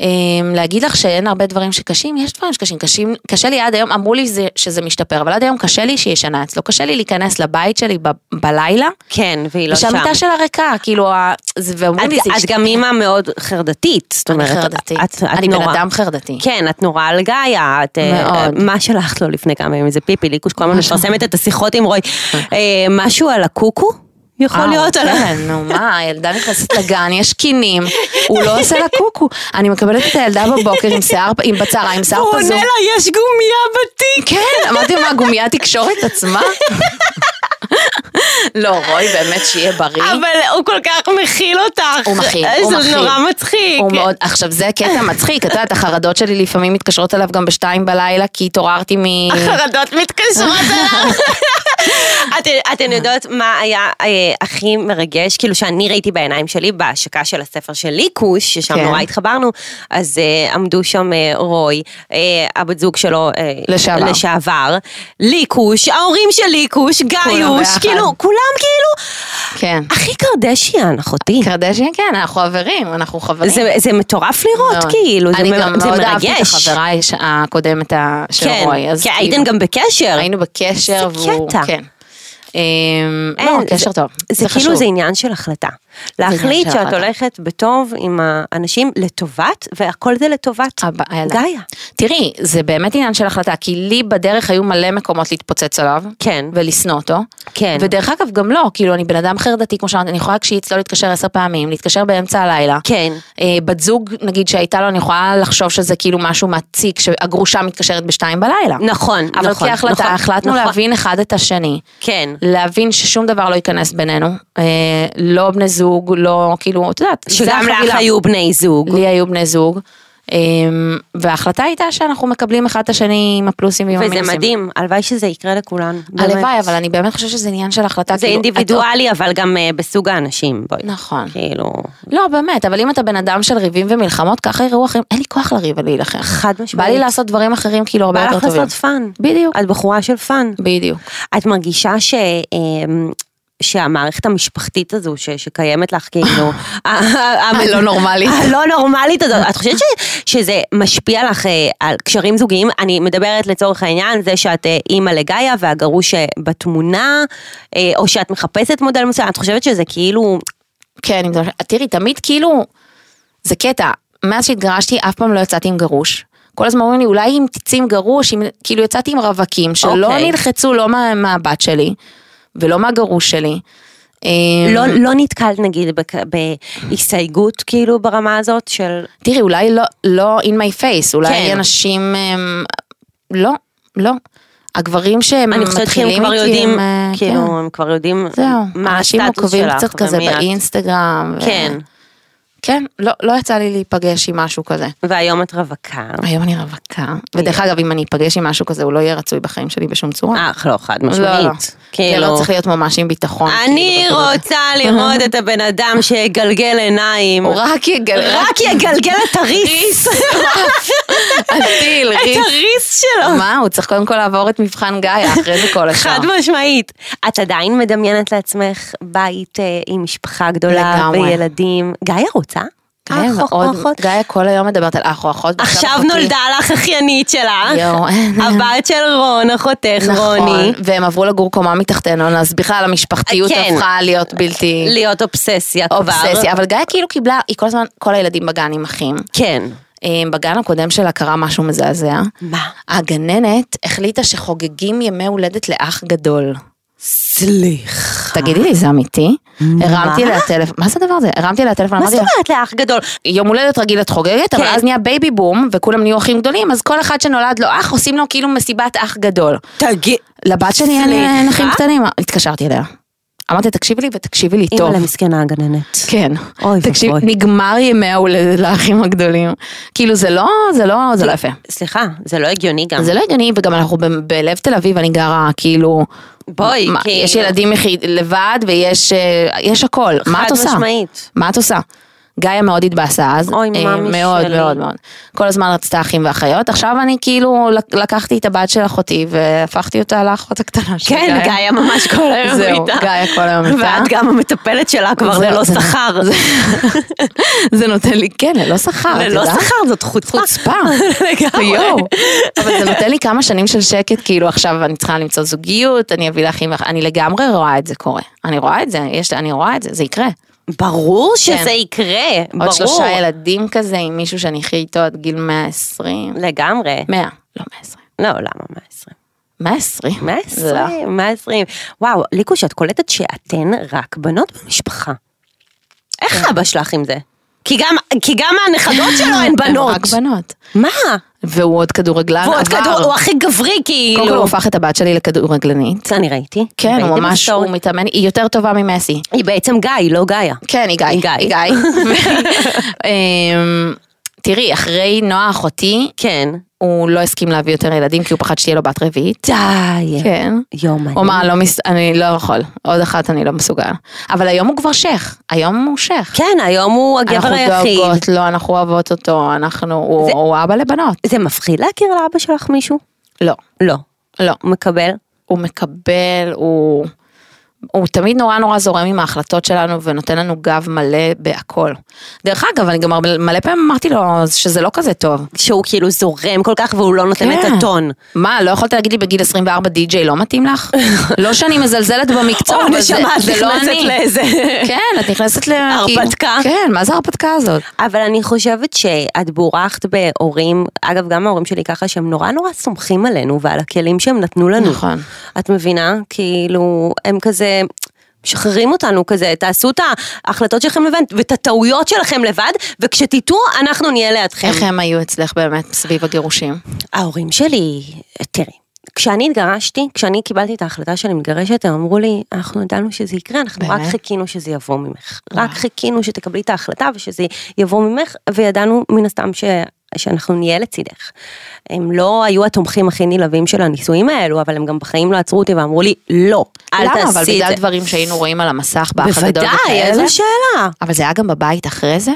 אמ, להגיד לך שאין הרבה דברים שקשים, יש דברים שקשים, קשים, קשה לי עד היום, אמרו לי זה, שזה משתפר, אבל עד היום קשה לי שהיא ישנה אצלו, קשה לי להיכנס לבית שלי ב, בלילה, כן, והיא לא שם. ושהמיטה שלה ריקה, כאילו, ה- זה- ואומרים לי את, זה את גם אימא מאוד חרדתית, זאת אני אומרת, חרדתית, את, את אני בן נורא, אדם חרדתי. כן, את נורא על גאיה, את, אה, מאוד. מה שלחת לו לפני כמה ימים, זה פיפי ליקוש, כל הזמן מפרסמת את השיחות עם רוי, אה, משהו על הקוקו? יכול אה, להיות על... כן, נו מה, הילדה נכנסת לגן, יש קינים, הוא לא עושה לה קוקו. אני מקבלת את הילדה בבוקר עם שיער, עם בצהריים, עם שיער הוא עונה פזום. לה, יש גומייה בתיק. כן, אמרתי מה, גומייה תקשור את עצמה? לא, רוי, באמת שיהיה בריא. אבל הוא כל כך מכיל אותך. הוא מכיל, אה, הוא מכיל. זה נורא מצחיק. הוא מאוד, עכשיו זה קטע מצחיק, את יודעת, החרדות שלי לפעמים מתקשרות אליו גם בשתיים בלילה, כי התעוררתי מ... חרדות מתקשרות אליו. אתן- אתן יודעות מה היה אה, הכי מרגש, כאילו שאני ראיתי בעיניים שלי בהשקה של הספר של ליקוש, ששם כן. נורא התחברנו, אז אה, עמדו שם אה, רוי, אה, הבת זוג שלו אה, לשעבר. לשעבר, ליקוש, ההורים של ליקוש, גיוש, ביחד. כאילו, כולם כאילו, כן. הכי קרדשיאן, אחותי. קרדשיין, כן, אנחנו חברים, אנחנו חברים. זה, זה מטורף לראות, מאוד. כאילו, זה, אני מ- גם זה מאוד מרגש. אהבתי את החברה יש- הקודמת ה- של כן, רוי. אז כי כאילו, הייתם גם בקשר. היינו בקשר, איזה והוא... קטע. כן. אמ, אין, לא, זה- קשר טוב, זה כאילו זה חשוב. זה עניין של החלטה. להחליט של שאת החלטה. הולכת בטוב עם האנשים לטובת, והכל זה לטובת הבא- הילדה. גאיה. תראי, זה באמת עניין של החלטה, כי לי בדרך היו מלא מקומות להתפוצץ עליו. כן. ולשנוא אותו. כן. ודרך אגב, גם לא, כאילו, אני בן אדם חרדתי, כמו שאמרתי, אני יכולה כשהיא אצלו להתקשר עשר פעמים, להתקשר באמצע הלילה. כן. אה, בת זוג, נגיד, שהייתה לו, אני יכולה לחשוב שזה כאילו משהו מציק, שהגרושה מתקשרת בשתיים בלילה. נכון, אבל נכון, כהחלטה, נכון, החלטנו נכון. להבין אחד את השני. כן. להבין ששום דבר לא ייכנס בינינו. אה, לא בני זוג, לא, כאילו, את יודעת, זה שגם לך החבילה. היו בני זוג. לי היו בני זוג. אמ, וההחלטה הייתה שאנחנו מקבלים אחד את השני עם הפלוסים ועם המינוסים. וזה מדהים, הלוואי שזה יקרה לכולן. באמת. הלוואי, אבל אני באמת חושבת שזה עניין של החלטה. זה כאילו, אינדיבידואלי, אבל גם אה, בסוג האנשים. בואי. את- נכון. כאילו, לא, באמת, אבל אם אתה בן אדם של ריבים ומלחמות, ככה יראו אחרים, אין לי כוח לריב ולהילחם. חד בא משמעית. לי לעשות דברים אחרים כאילו הרבה בא יותר לך טובים. לעשות פאן. בדיוק. את בחורה של פאן. בדיוק. את מרגישה ש... אמ, שהמערכת המשפחתית הזו ש, שקיימת לך כאילו, ה- ה- הלא נורמלית. הלא נורמלית הזאת, את חושבת ש, שזה משפיע לך אה, על קשרים זוגיים? אני מדברת לצורך העניין זה שאת אה, אימא לגאיה והגרוש אה, בתמונה, אה, או שאת מחפשת מודל מסוים, את חושבת שזה כאילו, כן, אם זה... תראי, תמיד כאילו, זה קטע, מאז שהתגרשתי אף פעם לא יצאתי עם גרוש. כל הזמן אומרים לי, אולי אם תצאי עם גרוש, אם... כאילו יצאתי עם רווקים, שלא אוקיי. נלחצו לא מה... מהבת שלי, ולא מהגרוש שלי. אמ, לא, לא נתקלת נגיד בק- בהסתייגות כאילו ברמה הזאת של, תראי, אולי לא, לא in my face, אולי כן. כן. אנשים, הם, לא, לא. הגברים שהם אני חושבת שהם מתחילים כבר איתי, יודעים, הם, אה, כאילו הם כבר יודעים כן. זהו, מה אנשים הסטטוס עוקבים שלך, קצת כזה ומי את. באינסטגרם. ו- כן. כן, לא, לא יצא לי להיפגש עם משהו כזה. והיום את רווקה. היום אני רווקה, כן. ודרך אגב, אם אני אפגש עם משהו כזה, הוא לא יהיה רצוי בחיים שלי בשום צורה. אך, לא, חד לא, לא. משמעית. זה לא כאילו, צריך להיות ממש עם ביטחון. אני כאילו, בכדורגל. רוצה לראות את הבן אדם שיגלגל עיניים. הוא רק יגל... רק יגלגל את הריס. הטיל, את ריף. הריס שלו. מה, הוא צריך קודם כל לעבור את מבחן גיא, אחרי זה כל השאר. חד משמעית. את עדיין מדמיינת לעצמך בית אה, עם משפחה גדולה לגמרי. וילדים. גיא רוצה? גיא אח או מאוד, אחות? כן, גיא כל היום מדברת על אח או אחות. ועכשיו עכשיו אחותי. נולדה לך אחיינית שלך. יואו. הבת של רון, אחותך נכון, רוני. והם עברו לגור קומה מתחתנו, אז בכלל המשפחתיות כן. הפכה להיות בלתי להיות אובססיה כבר. אובססיה, אבל גיא כאילו קיבלה, היא כל הזמן, כל הילדים בגן עם אחים. כן. אה, בגן הקודם שלה קרה משהו מזעזע. מה? הגננת החליטה שחוגגים ימי הולדת לאח גדול. אה? סליחה. תגידי לי, זה אמיתי? הרמתי לה טלפון, מה זה הדבר הזה? הרמתי לה טלפון, מה אמרתי זאת לה, אומרת לאח גדול? יום הולדת רגיל את חוגגת, אבל כן. אז נהיה בייבי בום, וכולם נהיו אחים גדולים, אז כל אחד שנולד לו אח, עושים לו כאילו מסיבת אח גדול. תגיד. לבת שלי אין- סליחה? אין אחים קטנים, התקשרתי אליה. אמרתי, תקשיבי לי ותקשיבי לי טוב. אימא למסכנה הגננת. כן. אוי תקשיב, ואבוי. נגמר ימי ההולדת לאחים הגדולים. כאילו זה לא, זה לא, זה לא יפה. סליחה, זה לא הגיוני גם. זה לא הגיוני, וגם אנחנו ב- בלב תל אביב, אני גרה כאילו... בואי, מה, כאילו. יש ילדים יחיד, לבד ויש אה, יש הכל, מה את עושה? חד משמעית. מה את עושה? גאיה מאוד התבאסה אז, אוי, אה, מאמי מאוד שלי. מאוד מאוד. כל הזמן רצתה אחים ואחיות, עכשיו אני כאילו לק- לקחתי את הבת של אחותי והפכתי אותה לאחות הקטנה של כן, גאיה. גאיה ממש כל היום זהו, איתה. גאיה כל היום איתה. ואת גם המטפלת שלה כבר זה- ללא זה- שכר. זה נותן לי, כן, ללא שכר, את ללא יודעת? שכר, זאת חוצפה. חוצפה. לגמרי. יואו. אבל זה נותן לי כמה שנים של שקט, כאילו עכשיו אני צריכה למצוא זוגיות, אני אביא לאחים, ואח- אני לגמרי רואה את זה קורה. אני רואה את זה, יש, אני רואה את זה, זה יקרה. ברור שזה כן. יקרה, ברור. עוד שלושה ילדים כזה עם מישהו שאני אחי איתו עד גיל 120. לגמרי. 100, לא 120. לא, למה 120? 120. לא. 120, 120. וואו, ליקוש, את קולטת שאתן רק בנות במשפחה. כן. איך אבא שלך עם זה? כי גם, כי גם הנכדות שלו הן בנות. הם רק בנות. מה? והוא עוד כדורגלן והוא עוד עבר. כדור, הוא הכי גברי קודם כל כאילו. הוא הפך את הבת שלי לכדורגלנית. אני ראיתי. כן, הוא ראיתי ממש, בסטורי. הוא מתאמן, היא יותר טובה ממסי. היא בעצם גיא, היא לא גאיה. כן, היא גיא. היא גיא. היא גיא. אמ, תראי, אחרי נועה אחותי, כן. הוא לא הסכים להביא יותר ילדים כי הוא פחד שתהיה לו בת רביעית. די. כן. יום הוא אמר, "לא מס- אני לא יכול, עוד אחת אני לא מסוגל. אבל היום הוא כבר שייח, היום הוא שייח. כן, היום הוא הגבר אנחנו היחיד. דואגות לו, אנחנו אוהבות אותו, אנחנו, הוא- זה- הוא אבא לבנות. זה מפחיד להכיר לאבא שלך מישהו? לא, לא. לא. הוא מקבל? הוא מקבל, הוא... הוא תמיד נורא נורא זורם עם ההחלטות שלנו ונותן לנו גב מלא בהכל. דרך אגב, אני גם הרבה- מלא פעמים אמרתי לו שזה לא כזה טוב. שהוא כאילו זורם כל כך והוא לא נותן כן. את הטון. מה, לא יכולת להגיד לי בגיל 24 די-ג'יי לא מתאים לך? לא שאני מזלזלת במקצוע, אבל זה, נשמה, את זה לא נכנסת אני. לאיזה- כן, את נכנסת ל... הרפתקה. כן, מה זה ההרפתקה הזאת? אבל אני חושבת שאת בורחת בהורים, אגב גם ההורים שלי ככה, שהם נורא נורא סומכים עלינו ועל הכלים שהם נתנו לנו. נכון. את מבינה? כאילו, הם כזה... משחררים אותנו כזה, תעשו את ההחלטות שלכם לבד ואת הטעויות שלכם לבד, וכשתטעו אנחנו נהיה לידכם. איך הם היו אצלך באמת סביב הגירושים? ההורים שלי, תראי, כשאני התגרשתי, כשאני קיבלתי את ההחלטה שאני מתגרשת, הם אמרו לי, אנחנו ידענו שזה יקרה, אנחנו רק באמת? חיכינו שזה יבוא ממך. רק חיכינו שתקבלי את ההחלטה ושזה יבוא ממך, וידענו מן הסתם ש... שאנחנו נהיה לצידך. הם לא היו התומכים הכי נלהבים של הנישואים האלו, אבל הם גם בחיים לא עצרו אותי ואמרו לי, לא, אל למה? אבל תעשי את בגלל זה. דברים שהיינו רואים על המסך באח הגדול בוודאי, וכאלה? איזו שאלה. אבל זה היה גם בבית אחרי זה?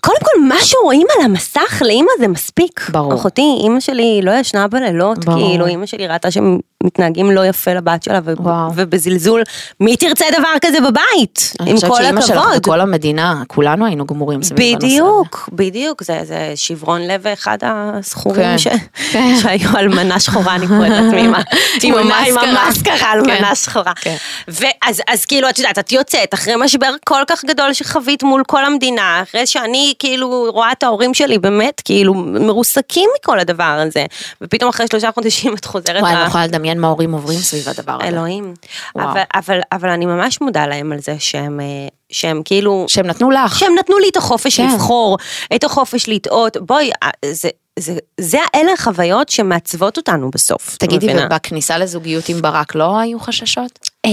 קודם כל, מה שרואים על המסך לאימא זה מספיק. ברור. אחותי, אימא שלי לא ישנה בלילות, ברור. כאילו אימא שלי ראתה שמתנהגים לא יפה לבת שלה, ו- וואו. ובזלזול, מי תרצה דבר כזה בבית? עם כל אני חושבת שאימא שלך הכבוד. וכל המדינה, כולנו היינו גמורים סביב הנושא הזה. בדיוק, בדיוק, זה, זה שברון לב אחד הסכורים כן. ש... כן. שהיו אלמנה שחורה, אני קוראת לעצמי, עם ה- עם תמונה עם המסקרה. המסקרה, כן. אלמנה שחורה. כן. ואז אז כאילו, את יודעת, את יוצאת אחרי משבר כל כך גדול שחווית מול כל המדינה, אחרי שאני כאילו רואה את ההורים שלי באמת, כאילו, מרוסקים מכל הדבר הזה, ופתאום אחרי שלושה חודשים את חוזרת וואי, אני ל- לא יכולה לדמיין מה ההורים עוברים סביב הדבר הזה. אלוהים. וואו. אבל- אבל- אבל אני ממש מודה להם על זה שהם, אה, שהם כאילו... שהם נתנו לך. שהם נתנו לי את החופש כן. לבחור, את החופש לטעות, בואי, אה, זה, זה, זה אלה החוויות שמעצבות אותנו בסוף. את תגידי, מבינה? ובכניסה לזוגיות עם ברק לא היו חששות? אה,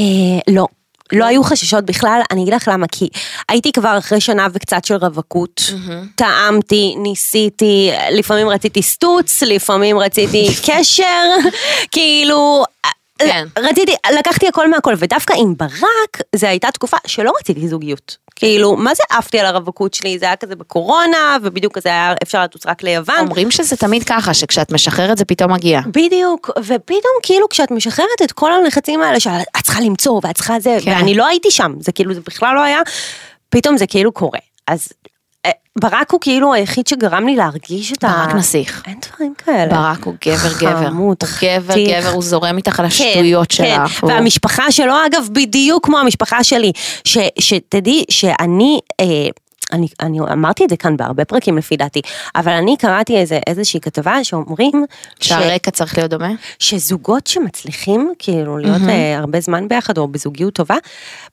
לא. לא היו חששות בכלל, אני אגיד לך למה, כי הייתי כבר אחרי שנה וקצת של רווקות, טעמתי, ניסיתי, לפעמים רציתי סטוץ, לפעמים רציתי קשר, כאילו, כן. רציתי, לקחתי הכל מהכל, ודווקא עם ברק, זו הייתה תקופה שלא רציתי זוגיות. כאילו, מה זה עפתי על הרווקות שלי, זה היה כזה בקורונה, ובדיוק כזה היה אפשר לטוס רק ליוון. אומרים שזה תמיד ככה, שכשאת משחררת זה פתאום מגיע. אה. בדיוק, ופתאום כאילו כשאת משחררת את כל הלחצים האלה שאת צריכה למצוא ואת צריכה זה, כן. כן. ואני לא הייתי שם, זה כאילו, זה בכלל לא היה, פתאום זה כאילו קורה. אז אה, ברק הוא כאילו היחיד שגרם לי להרגיש את ה... ברק נסיך. אין דברים כאלה. ברק הוא גבר גבר. הוא חמוד, גבר חתיך. גבר, הוא זורם איתך על כן, השטויות שלך. כן, הוא- והמשפחה שלו, אגב, בדיוק כמו המשפחה שלי. ש, שתדעי שאני, אה, אני, אני אמרתי את זה כאן בהרבה פרקים לפי דעתי, אבל אני קראתי איזה, איזושהי כתבה שאומרים... ש- שהרקע צריך להיות דומה? שזוגות שמצליחים כאילו להיות mm-hmm. הרבה זמן ביחד או בזוגיות טובה,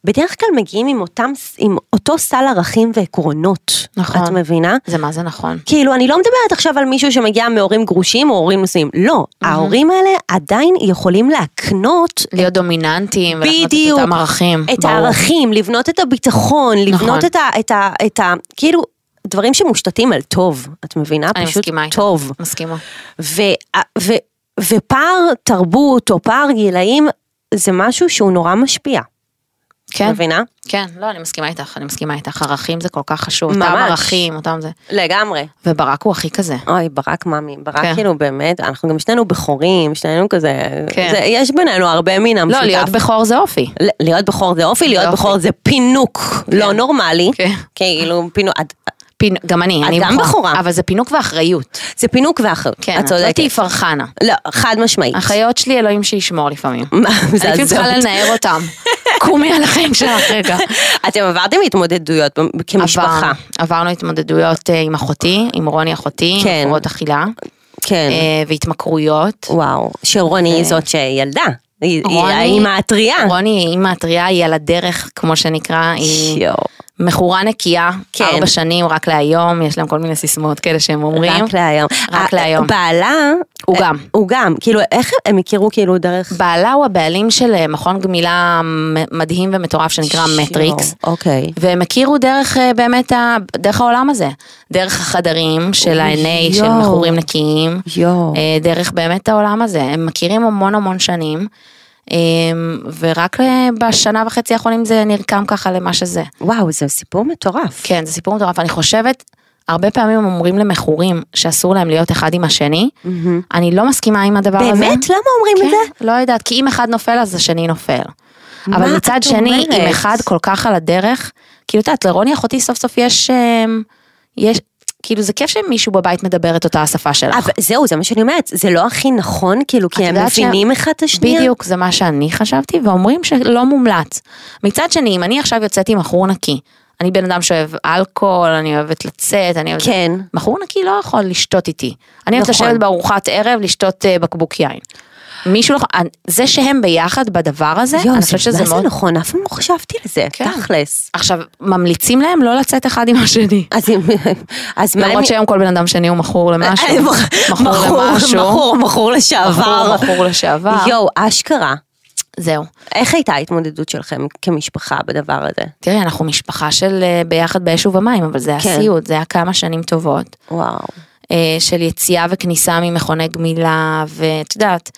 בדרך כלל מגיעים עם, אותם, עם אותו סל ערכים ועקרונות. נכון. את מבינה? זה מה זה נכון. כאילו, אני לא מדברת עכשיו על מישהו שמגיע מהורים גרושים או הורים נשואים. לא, mm-hmm. ההורים האלה עדיין יכולים להקנות להיות דומיננטיים, ולחנות את בדיוק. אותם ערכים. את ברור. הערכים, לבנות את הביטחון, לבנות נכון. את, ה, את, ה, את ה... כאילו, דברים שמושתתים על טוב, את מבינה? אני פשוט מסכימה איתך. טוב. מסכימה. ו, ו, ופער תרבות או פער גילאים זה משהו שהוא נורא משפיע. כן. מבינה? כן, לא, אני מסכימה איתך, אני מסכימה איתך, ערכים זה כל כך חשוב, אותם ממש. לא, ערכים, אותם זה. לגמרי. וברק הוא הכי כזה. אוי, ברק מאמי, ברק כן. כאילו באמת, אנחנו גם שנינו בכורים, שנינו כזה, כן. זה, יש בינינו הרבה מן המשותף. לא, להיות בכור זה אופי. ל- להיות בכור זה אופי, להיות אופי. בכור זה פינוק לא נורמלי. כן. כאילו, פינוק, את- פינ- גם אני, את אני גם בחורה. אבל זה פינוק ואחריות. זה פינוק ואחריות. כן, את צודקת. לא תהיי פרחנה. לא, חד משמעית. אחיות שלי, אלוהים שישמור לפעמים. מה, זה אני אפילו צריכה הזיות. לנער אותם. קומי על החיים שלך רגע. אתם עברתם התמודדויות במ- כמשפחה. עבר- עברנו התמודדויות אה, עם אחותי, עם רוני אחותי, עם כן. הפרעות אכילה, כן. אה, והתמכרויות. וואו, שרוני היא זאת שילדה. היא היא כן. רוני- האימא הטריה. רוני היא אימא הטריה, היא על הדרך, כמו שנקרא, היא יואו. מכורה נקייה, כן. ארבע שנים, רק להיום, יש להם כל מיני סיסמאות כאלה שהם אומרים. רק להיום. רק ה- להיום. בעלה... הוא גם. הוא גם. כאילו, איך הם הכירו כאילו דרך... בעלה הוא הבעלים של אה, מכון גמילה מ- מדהים ומטורף שנקרא שיו, מטריקס. אוקיי. והם הכירו דרך אה, באמת, ה- דרך העולם הזה, דרך החדרים של ה-NA, של יואו. מכורים נקיים, יואו. אה, דרך באמת העולם הזה, הם מכירים המון המון שנים, אה, ורק אה, בשנה וחצי האחרונים זה נרקם ככה למה שזה. וואו, זה סיפור מטורף. כן, זה סיפור מטורף, אני חושבת, הרבה פעמים הם אומרים למכורים שאסור להם להיות אחד עם השני, מהמם. אני לא מסכימה עם הדבר הזה. באמת? למה אומרים את זה? כן, לא יודעת, כי אם אחד נופל אז השני נופל. מה אבל את מצד שני, אומרת? אם אחד כל כך על הדרך, כאילו, את יודעת, לרוני אחותי סוף סוף יש, אמ, יש, כאילו, זה כיף שמישהו בבית מדבר את אותה השפה שלך. אבל זהו, זה מה שאני אומרת, זה לא הכי נכון, כאילו, כי את הם יודעת שהם- מבינים אחד את השנייה? בדיוק, זה מה שאני חשבתי, ואומרים שלא מומלץ. מצד שני, אם אני עכשיו יוצאת עם מכור נקי, אני בן אדם שאוהב אלכוהול, אני אוהבת לצאת, אני אוהבת... כן. מכור נקי לא יכול לשתות איתי. אני אוהבת נכון. לשבת בארוחת ערב לשתות אה, בקבוק יין. מישהו לא... יכול- זה שהם ביחד בדבר הזה, יואו, אני זה- חושבת שזה אולי זה מאוד... נכון, אף פעם לא חשבתי על זה, כן. תכלס. עכשיו, ממליצים להם לא לצאת אחד עם השני. אז אם- אז מה... למרות אני- שהיום כל בן אדם שני הוא מכור למשהו. מכור אה, מכור, למשהו. מכור, מכור לשעבר. מכור, מכור לשעבר. יואו, אשכרה. זהו. איך הייתה ההתמודדות שלכם כמשפחה בדבר הזה? תראי, אנחנו משפחה של אה, ביחד באש ובמים, אבל זה היה כן. סיוט, זה היה כמה שנים טובות. וואו. אה, של יציאה וכניסה ממכוני גמילה, ואת יודעת,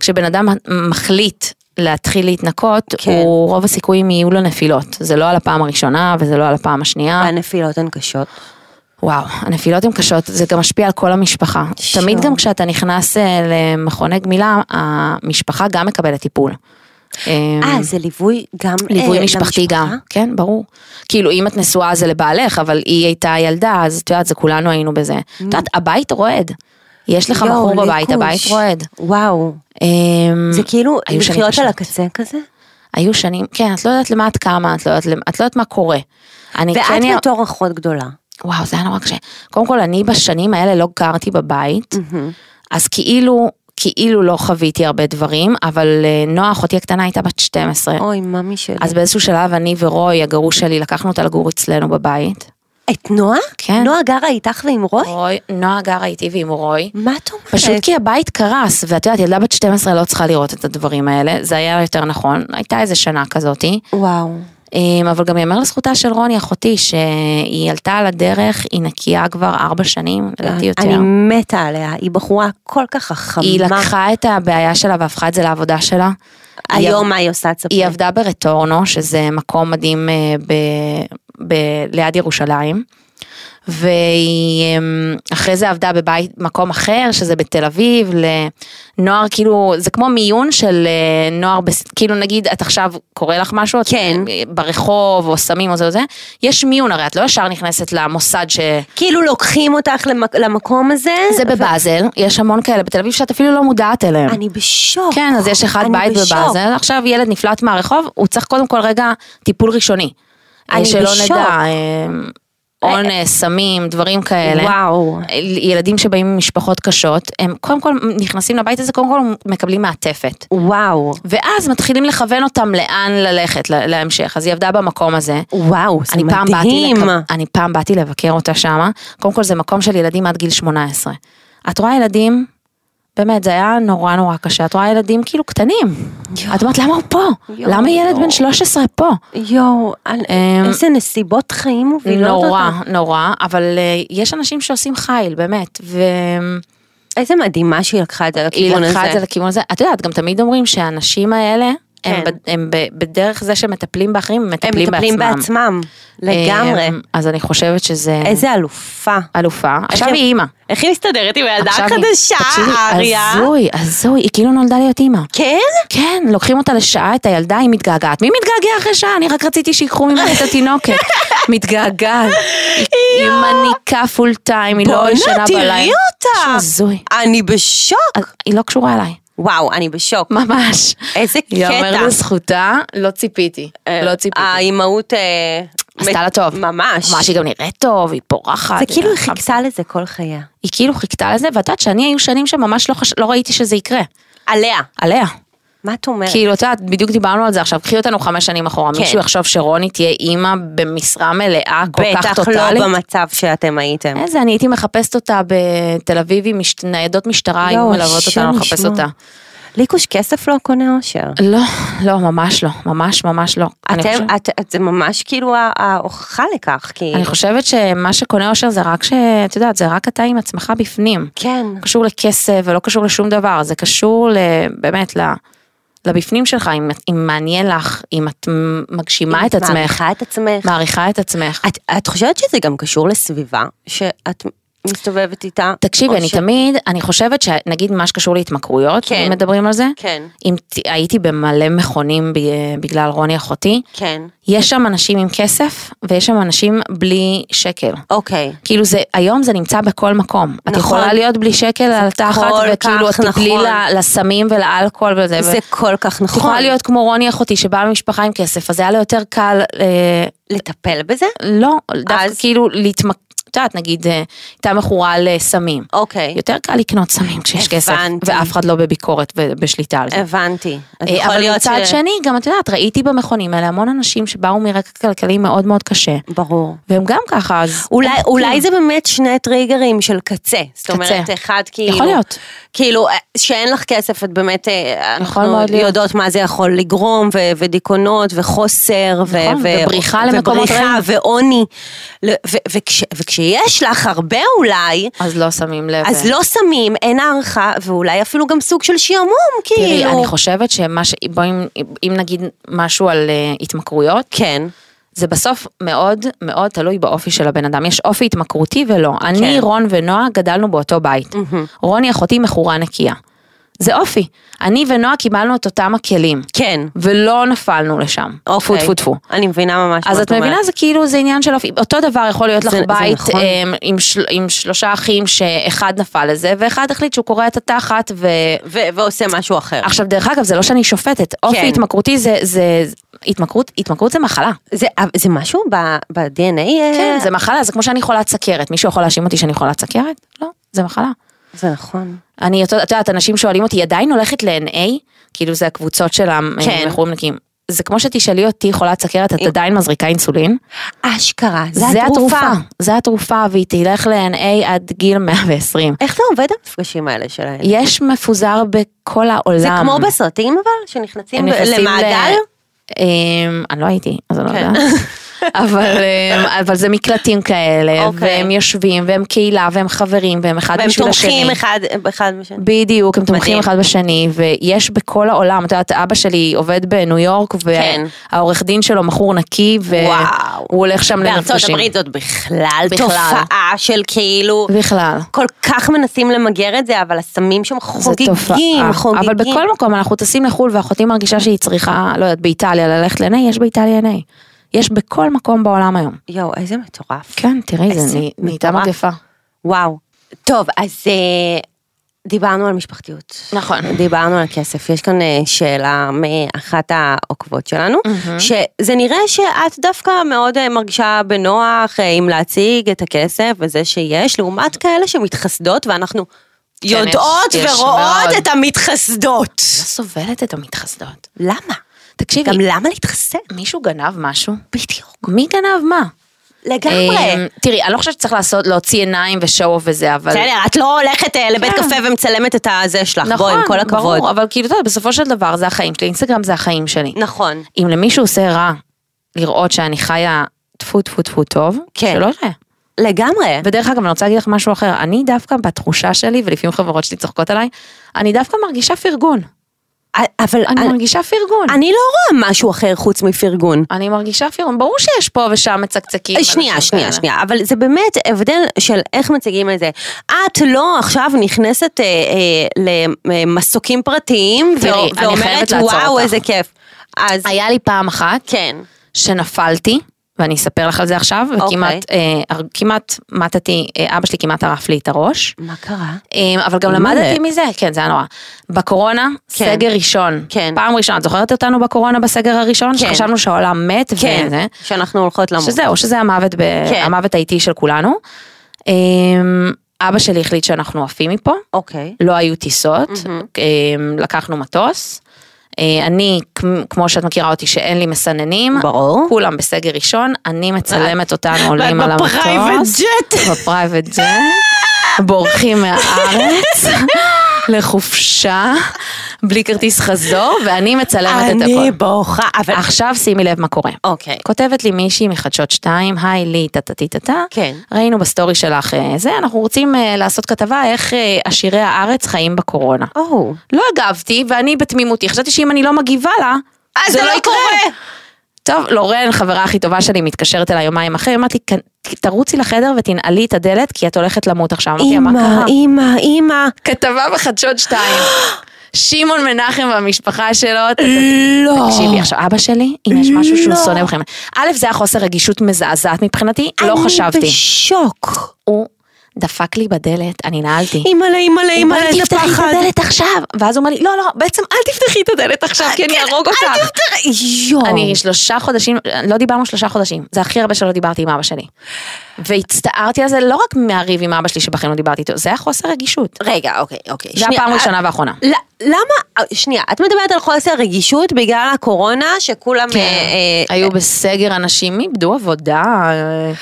כשבן אדם מחליט להתחיל להתנקות, כן. הוא רוב הסיכויים יהיו לו נפילות. זה לא על הפעם הראשונה וזה לא על הפעם השנייה. הנפילות הן קשות. וואו, הנפילות הן קשות, זה גם משפיע על כל המשפחה. שואו. תמיד גם כשאתה נכנס אה, למכוני גמילה, המשפחה גם מקבלת טיפול. אה, זה ליווי גם ליווי אה, משפחתי למשפחה? גם, כן, ברור. כאילו, אם את נשואה זה לבעלך, אבל היא הייתה ילדה, אז את יודעת, זה כולנו היינו בזה. את יודעת, הבית רועד. יש לך Mm. יואו, בחור בבית, ליקוש. הבית רועד. וואו. אמ, זה כאילו היו שנים לחיות על קשות. הקצה כזה? היו שנים, כן, את לא יודעת למה את קמה, את לא יודעת, למ- את לא יודעת מה קורה. אני כן... ואת יא- בתור אחות גדולה. וואו, זה היה נורא קשה. קודם כל, אני בשנים האלה לא גרתי בבית, אז כאילו, כאילו לא חוויתי הרבה דברים, אבל אה, נועה, אחותי הקטנה, הייתה בת 12. אוי, ממי שלי. אה. אז באיזשהו שלב אני ורוי, הגרוש שלי, לקחנו אותה לגור אצלנו בבית. את נועה? כן. נועה גרה איתך ועם רוי? רוי, נועה גרה איתי ועם רוי. מה את אומרת? פשוט כי הבית קרס, ואת יודעת, ילדה בת 12 לא צריכה לראות את הדברים האלה, זה היה יותר נכון, הייתה איזה שנה כזאתי, וואו. אמ, אבל גם יאמר לזכותה של רוני אחותי, שהיא עלתה על הדרך, היא נקייה כבר ארבע שנים, לדעתי יותר. אני מתה עליה, היא בחורה כל כך חכמה. היא לקחה את הבעיה שלה והפכה את זה לעבודה שלה. היום מה היא עושה? תספרי. היא עבדה ברטורנו, שזה מקום מדהים אה, ב, ב, ליד ירושלים. והיא אמ, אחרי זה עבדה בבית מקום אחר שזה בתל אביב לנוער כאילו זה כמו מיון של אה, נוער בס- כאילו נגיד את עכשיו קורה לך משהו את אה, כן. ברחוב או סמים או זה או זה יש מיון הרי את לא ישר נכנסת למוסד ש... כאילו לוקחים אותך למק- למקום הזה? זה בבאזל יש המון כאלה בתל אביב שאת אפילו לא מודעת אליהם. אני בשוק. כן, אז יש אחד אני בית בשוק. בבאזל, עכשיו ילד נפלט מהרחוב, הוא צריך קודם כל רגע טיפול ראשוני. אה, אני שלא בשוק. אה, נדע, אה, אונס, סמים, דברים כאלה. וואו. ילדים שבאים ממשפחות קשות, הם קודם כל נכנסים לבית הזה, קודם כל מקבלים מעטפת. וואו. ואז מתחילים לכוון אותם לאן ללכת, ל- להמשך. אז היא עבדה במקום הזה. וואו, זה אני פעם, באתי מדהים. לק... אני פעם באתי לבקר אותה שמה, קודם כל זה מקום של ילדים עד גיל 18. את רואה ילדים, באמת זה היה נורא נורא קשה, את רואה ילדים כאילו קטנים. יואו. את אומרת למה הוא פה? יואו, למה ילד יואו. בן 13 פה? יואו, על- אמ, איזה נסיבות חיים מובילות אותה. נורא, נורא, אבל אה, יש אנשים שעושים חיל, באמת, והיא איזה מדהימה שהיא לקחה את זה לכיוון הזה. לקחה את זה לכיוון הזה. את יודעת, גם תמיד אומרים שהאנשים האלה, כן. הם, ב- הם ב- בדרך זה שמטפלים באחרים, הם הם מטפלים בעצמם. מטפלים בעצמם, לגמרי. אמ, אז אני חושבת שזה איזה אלופה. אלופה. עכשיו הם- היא אימא. איך היא מסתדרת עם הילדה עכשיו היא- החדשה, תקשיבי, אריה? הזוי, הזוי, היא כאילו נולדה להיות אימא. כן? כן, לוקחים אותה לשעה, את הילדה, היא מתגעגעת. מי מתגעגע אחרי שעה? אני רק רציתי שיקחו ממני את התינוקת. מתגעגעת. היא- היא מניקה פול טיים, היא לא בואנה, ישנה תראי בלילה. אותה. משהו הזוי. אני בשוק. אז היא לא קשורה אליי. וואו, אני בשוק. ממש. איזה יאמר קטע. אה, לזכותה, לא ציפיתי. לא ציפיתי. האימהות... אה, עשתה מת- לה טוב. ממש. ממש, היא גם נראית טוב, היא פורחת. זה כאילו היא נראית חיפשה לזה כל חייה. היא כאילו חיכתה לזה, ואת יודעת שאני היו שנים שממש לא, חש... לא ראיתי שזה יקרה. עליה. עליה. מה את אומרת? כאילו, את יודעת, בדיוק דיברנו על זה עכשיו, קחי אותנו חמש שנים אחורה, כן. מישהו יחשוב שרוני תהיה אימא במשרה מלאה כל כך בטח טוטאלית. לא במצב שאתם הייתם. איזה, אני הייתי מחפשת אותה בתל אביב עם מש... ניידות משטרה, היו יואו, מלוות השם אותנו לחפש ישמור. אותה. ליקוש כסף לא קונה אושר. לא, לא, ממש לא, ממש ממש לא. אני חושבת- אתם, את, את, זה ממש כאילו ה- ההוכחה לכך, כי... אני חושבת שמה שקונה אושר זה רק ש... את יודעת, זה רק אתה עם עצמך בפנים. כן. לא קשור לכסף ולא קשור לשום דבר, זה קשור ל... באמת ל... לבפנים שלך, אם, את- אם מעניין לך, אם את מגשימה את את עצמך, מעריכה את עצמך. מעריכה את עצמך. את, את חושבת שזה גם קשור לסביבה שאת מסתובבת איתה? תקשיבי, או אני ש- תמיד, אני חושבת שנגיד מה שקשור להתמכרויות, כן. אם מדברים על זה, כן, אם ת- הייתי במלא מכונים ב- בגלל רוני אחותי, כן. יש שם אנשים עם כסף ויש שם אנשים בלי שקל. אוקיי. כאילו זה, היום זה נמצא בכל מקום. את נכון. יכולה להיות בלי שקל על תחת, כל וכאילו את כך תיפלי נכון. ל- לסמים ולאלכוהול וזה. ו- זה כל כך את נכון. יכולה להיות כמו רוני אחותי שבאה ממשפחה עם כסף, אז היה לה יותר קל, אה, לטפל בזה? לא, דווקא אז? כאילו להתמק... את יודעת, נגיד, אה, הייתה מכורה לסמים. אוקיי. יותר קל לקנות סמים כשיש כסף, הבנתי. ואף אחד לא בביקורת ובשליטה על זה. הבנתי. אז אה, יכול אבל להיות מצד ש- שני, גם את יודעת, ראיתי במכונים האלה המון אנשים שבאו מרקע כלכלי מאוד מאוד קשה, ברור. והם גם ככה, אז... אולי, אולי זה באמת שני טריגרים של קצה, זאת אומרת אוקיי. קצה. אחד כאילו, יכול להיות. כאילו אה, שאין לך כסף את באמת, אה, יכול אנחנו מאוד להיות. יודעות מה זה יכול לגרום ו- ודיכאונות וחוסר ו- נכון, ו- ובריחה למקומות ובריחה רעים. ועוני, ל- ו- וכש- וכשיש לך הרבה אולי, אז לא שמים לב. אז לא שמים, אין הערכה ואולי אפילו גם סוג של שעמום כאילו, תראי, אני חושבת שמה ש... בואי, אם- אם נגיד משהו על אה, התמכרויות, כן, זה בסוף מאוד מאוד תלוי באופי של הבן אדם. יש אופי התמכרותי ולא. כן. אני, רון ונועה גדלנו באותו בית. רוני אחותי מכורה נקייה. זה אופי. אני ונועה קיבלנו את אותם הכלים, כן, ולא נפלנו לשם. טפו אוקיי, טפו טפו. אני מבינה ממש אז מה את מבינה אומרת. זה כאילו זה עניין של אופי, אותו דבר יכול להיות לך זה- זה בית נכון. אמ, עם, של, עם שלושה אחים שאחד נפל לזה ואחד החליט שהוא קורע את התחת ו... ו- ועושה משהו אחר. עכשיו דרך אגב זה לא שאני שופטת, כן. אופי התמכרותי זה, זה, התמכרות, התמכרות זה מחלה, זה, זה משהו ב- ב-DNA? כן, זה מחלה, זה כמו שאני חולת סכרת. מישהו יכול להאשים אותי שאני חולת סכרת? לא, זה מחלה. זה נכון. אני, את יודעת- את יודעת, אנשים שואלים אותי, "היא עדיין הולכת ל-NA? כאילו זה הקבוצות של כן. המכורמניקים. זה כמו שתשאלי אותי, חולת סכרת, את אם- עדיין מזריקה אינסולין? אשכרה, זה, זה התרופה. התרופה. זה התרופה, והיא תלך ל-NA עד גיל 120. איך זה עובד המפגשים האלה שלהם? יש מפוזר בכל העולם. זה כמו בסרטים אבל, שנכנסים הם ב- נכנסים ל- למעגל? אמ, אני לא הייתי, אז אני לא כן. יודעת. אבל, אמ, אבל זה מקלטים כאלה, אוקיי. והם יושבים, והם קהילה, והם חברים, והם אחד והם בשביל השני. תומכים אחד אחד בשני. בדיוק, הם תומכים מדהים. אחד בשני, ויש בכל העולם, את יודעת, אבא שלי עובד בניו יורק, כן. והעורך דין שלו מכור נקי, וואו. והוא הולך שם למפגשים. בארצות הברית זאת בכלל בכלל. תופעה של כאילו, בכלל. כל כך מנסים למגר את זה, אבל הסמים שם זו חוגגים, תופעה. חוגגים. אבל בכל מקום אנחנו טסים לחו"ל ואחותי מרגישה שהיא צריכה, לא יודעת, באיטליה ללכת ל-NA, יש באיטליה NA. יש בכל מקום בעולם היום. יואו, איזה מטורף. כן, תראי, איזה זה נה- נהייתה מטורף. מגפה. וואו. טוב, אז אה, דיברנו על משפחתיות. נכון. דיברנו על כסף. יש כאן אה, שאלה מאחת העוקבות שלנו, שזה נראה שאת דווקא מאוד אה, מרגישה בנוח אה, עם להציג את הכסף וזה שיש, לעומת כאלה שמתחסדות ואנחנו... יודעות כן, יש- יש ורואות מאוד. את המתחסדות. לא סובלת את המתחסדות. למה? תקשיבי, גם למה להתחסד? מישהו גנב משהו? בדיוק. מי גנב מה? לגמרי. אמ, תראי, אני לא חושבת שצריך לעשות, להוציא עיניים ושואו וזה, אבל... בסדר, את לא הולכת אה, לבית כן. קפה ומצלמת את הזה שלך. נכון, בואי, עם כל הכבוד. ברור, אבל כאילו, אתה יודע, בסופו של דבר זה החיים שלי, אינסטגרם זה החיים שלי. נכון. אם למישהו עושה רע לראות שאני חיה טפו טפו טפו טוב, כן. שלא יראה. לגמרי. ודרך אגב, אני רוצה להגיד לך משהו אחר, אני דווקא בתחושה שלי, ולפעמים חברות שלי צוחקות עליי, אני דווקא מרגישה פרגון. אבל אני אני- מרגישה פרגון. אני לא רואה משהו אחר חוץ מפרגון. אני מרגישה פרגון. ברור שיש פה ושם מצקצקים. אה, שנייה, אנשים שנייה, כאלה. שנייה, אבל זה באמת הבדל של איך מציגים את זה. את לא עכשיו נכנסת אה, אה, למסוקים פרטיים תראי, ו- אני חייבת ואומרת, לעצור וואו, אותך." איזה כיף. אז היה לי פעם אחת כן. שנפלתי, ואני אספר לך על זה עכשיו, אוקיי. וכמעט אה, הר- כמעט מתתי, אה, אבא שלי כמעט ערף לי את הראש. מה קרה? אמ, אבל גם מלא. למדתי מזה, כן, זה היה נורא. בקורונה, כן. סגר ראשון. כן. פעם ראשונה, את זוכרת אותנו בקורונה בסגר הראשון? כן. שחשבנו שהעולם מת כן, וזה. שאנחנו הולכות למות. שזהו, אה, שזה המוות, ב... כן. המוות האיטי של כולנו. אמ, אבא שלי החליט שאנחנו עפים מפה, אוקיי. לא היו טיסות, אמ, לקחנו מטוס. אה, אני, כמ- כמו שאת מכירה אותי, שאין לי מסננים, ברור. כולם בסגר ראשון, אני מצלמת אותנו עולים על המטוס. בפרייבט ג'ט. בפרייבט ג'ט, בורחים מהארץ לחופשה, בלי כרטיס חזור, ואני מצלמת את אני הכל. בוכה, אבל... עכשיו שימי לב מה קורה. אוקיי. כותבת לי מישהי מחדשות 2, היי לי, טה טה טה טה טה, כן. ראינו בסטורי שלך אה, זה, אנחנו רוצים אה, לעשות כתבה איך אה, עשירי הארץ חיים בקורונה. או. לא הגבתי, ואני בתמימותי, חשבתי שאם אני לא מגיבה לה, אז זה לא קורה. טוב, לורן, חברה הכי טובה שלי, מתקשרת אליי יומיים אחרי, אמרת לי, "כ- תרוצי לחדר ותנעלי את הדלת, כי את הולכת למות עכשיו. אמרתי, אוקיי, מה אימא, קרה? אימא, אימא. כתבה בחדשות שתיים. שמעון מנחם והמשפחה שלו, לא. תקשיבי עכשיו, אבא שלי, אם יש משהו שהוא לא. שונא בכם, א', זה החוסר רגישות מזעזעת מבחינתי, לא אני חשבתי. בשוק. הוא דפק לי בדלת, אני נעלתי. אימא'לה, אימא'לה, אימא'לה, הוא אמר לי, איזה תפתחי את פחד. הדלת עכשיו, ואז הוא אמר לי, לא, לא, בעצם אל תפתחי את הדלת עכשיו, כי כן, אני אהרוג אותך. יואו. אני שלושה חודשים, לא דיברנו שלושה חודשים, זה הכי הרבה שלא דיברתי עם אבא שלי. והצטערתי על זה לא רק מהריב עם אבא שלי שבכן לא דיברתי איתו, זה היה חוסר רגישות. רגע, אוקיי, אוקיי. זה הפעם הראשונה והאחרונה. למה, אה, שנייה, את מדברת על חוסר רגישות בגלל הקורונה, שכולם... כן. אה, אה, היו בסגר אנשים, איבדו עבודה. אה,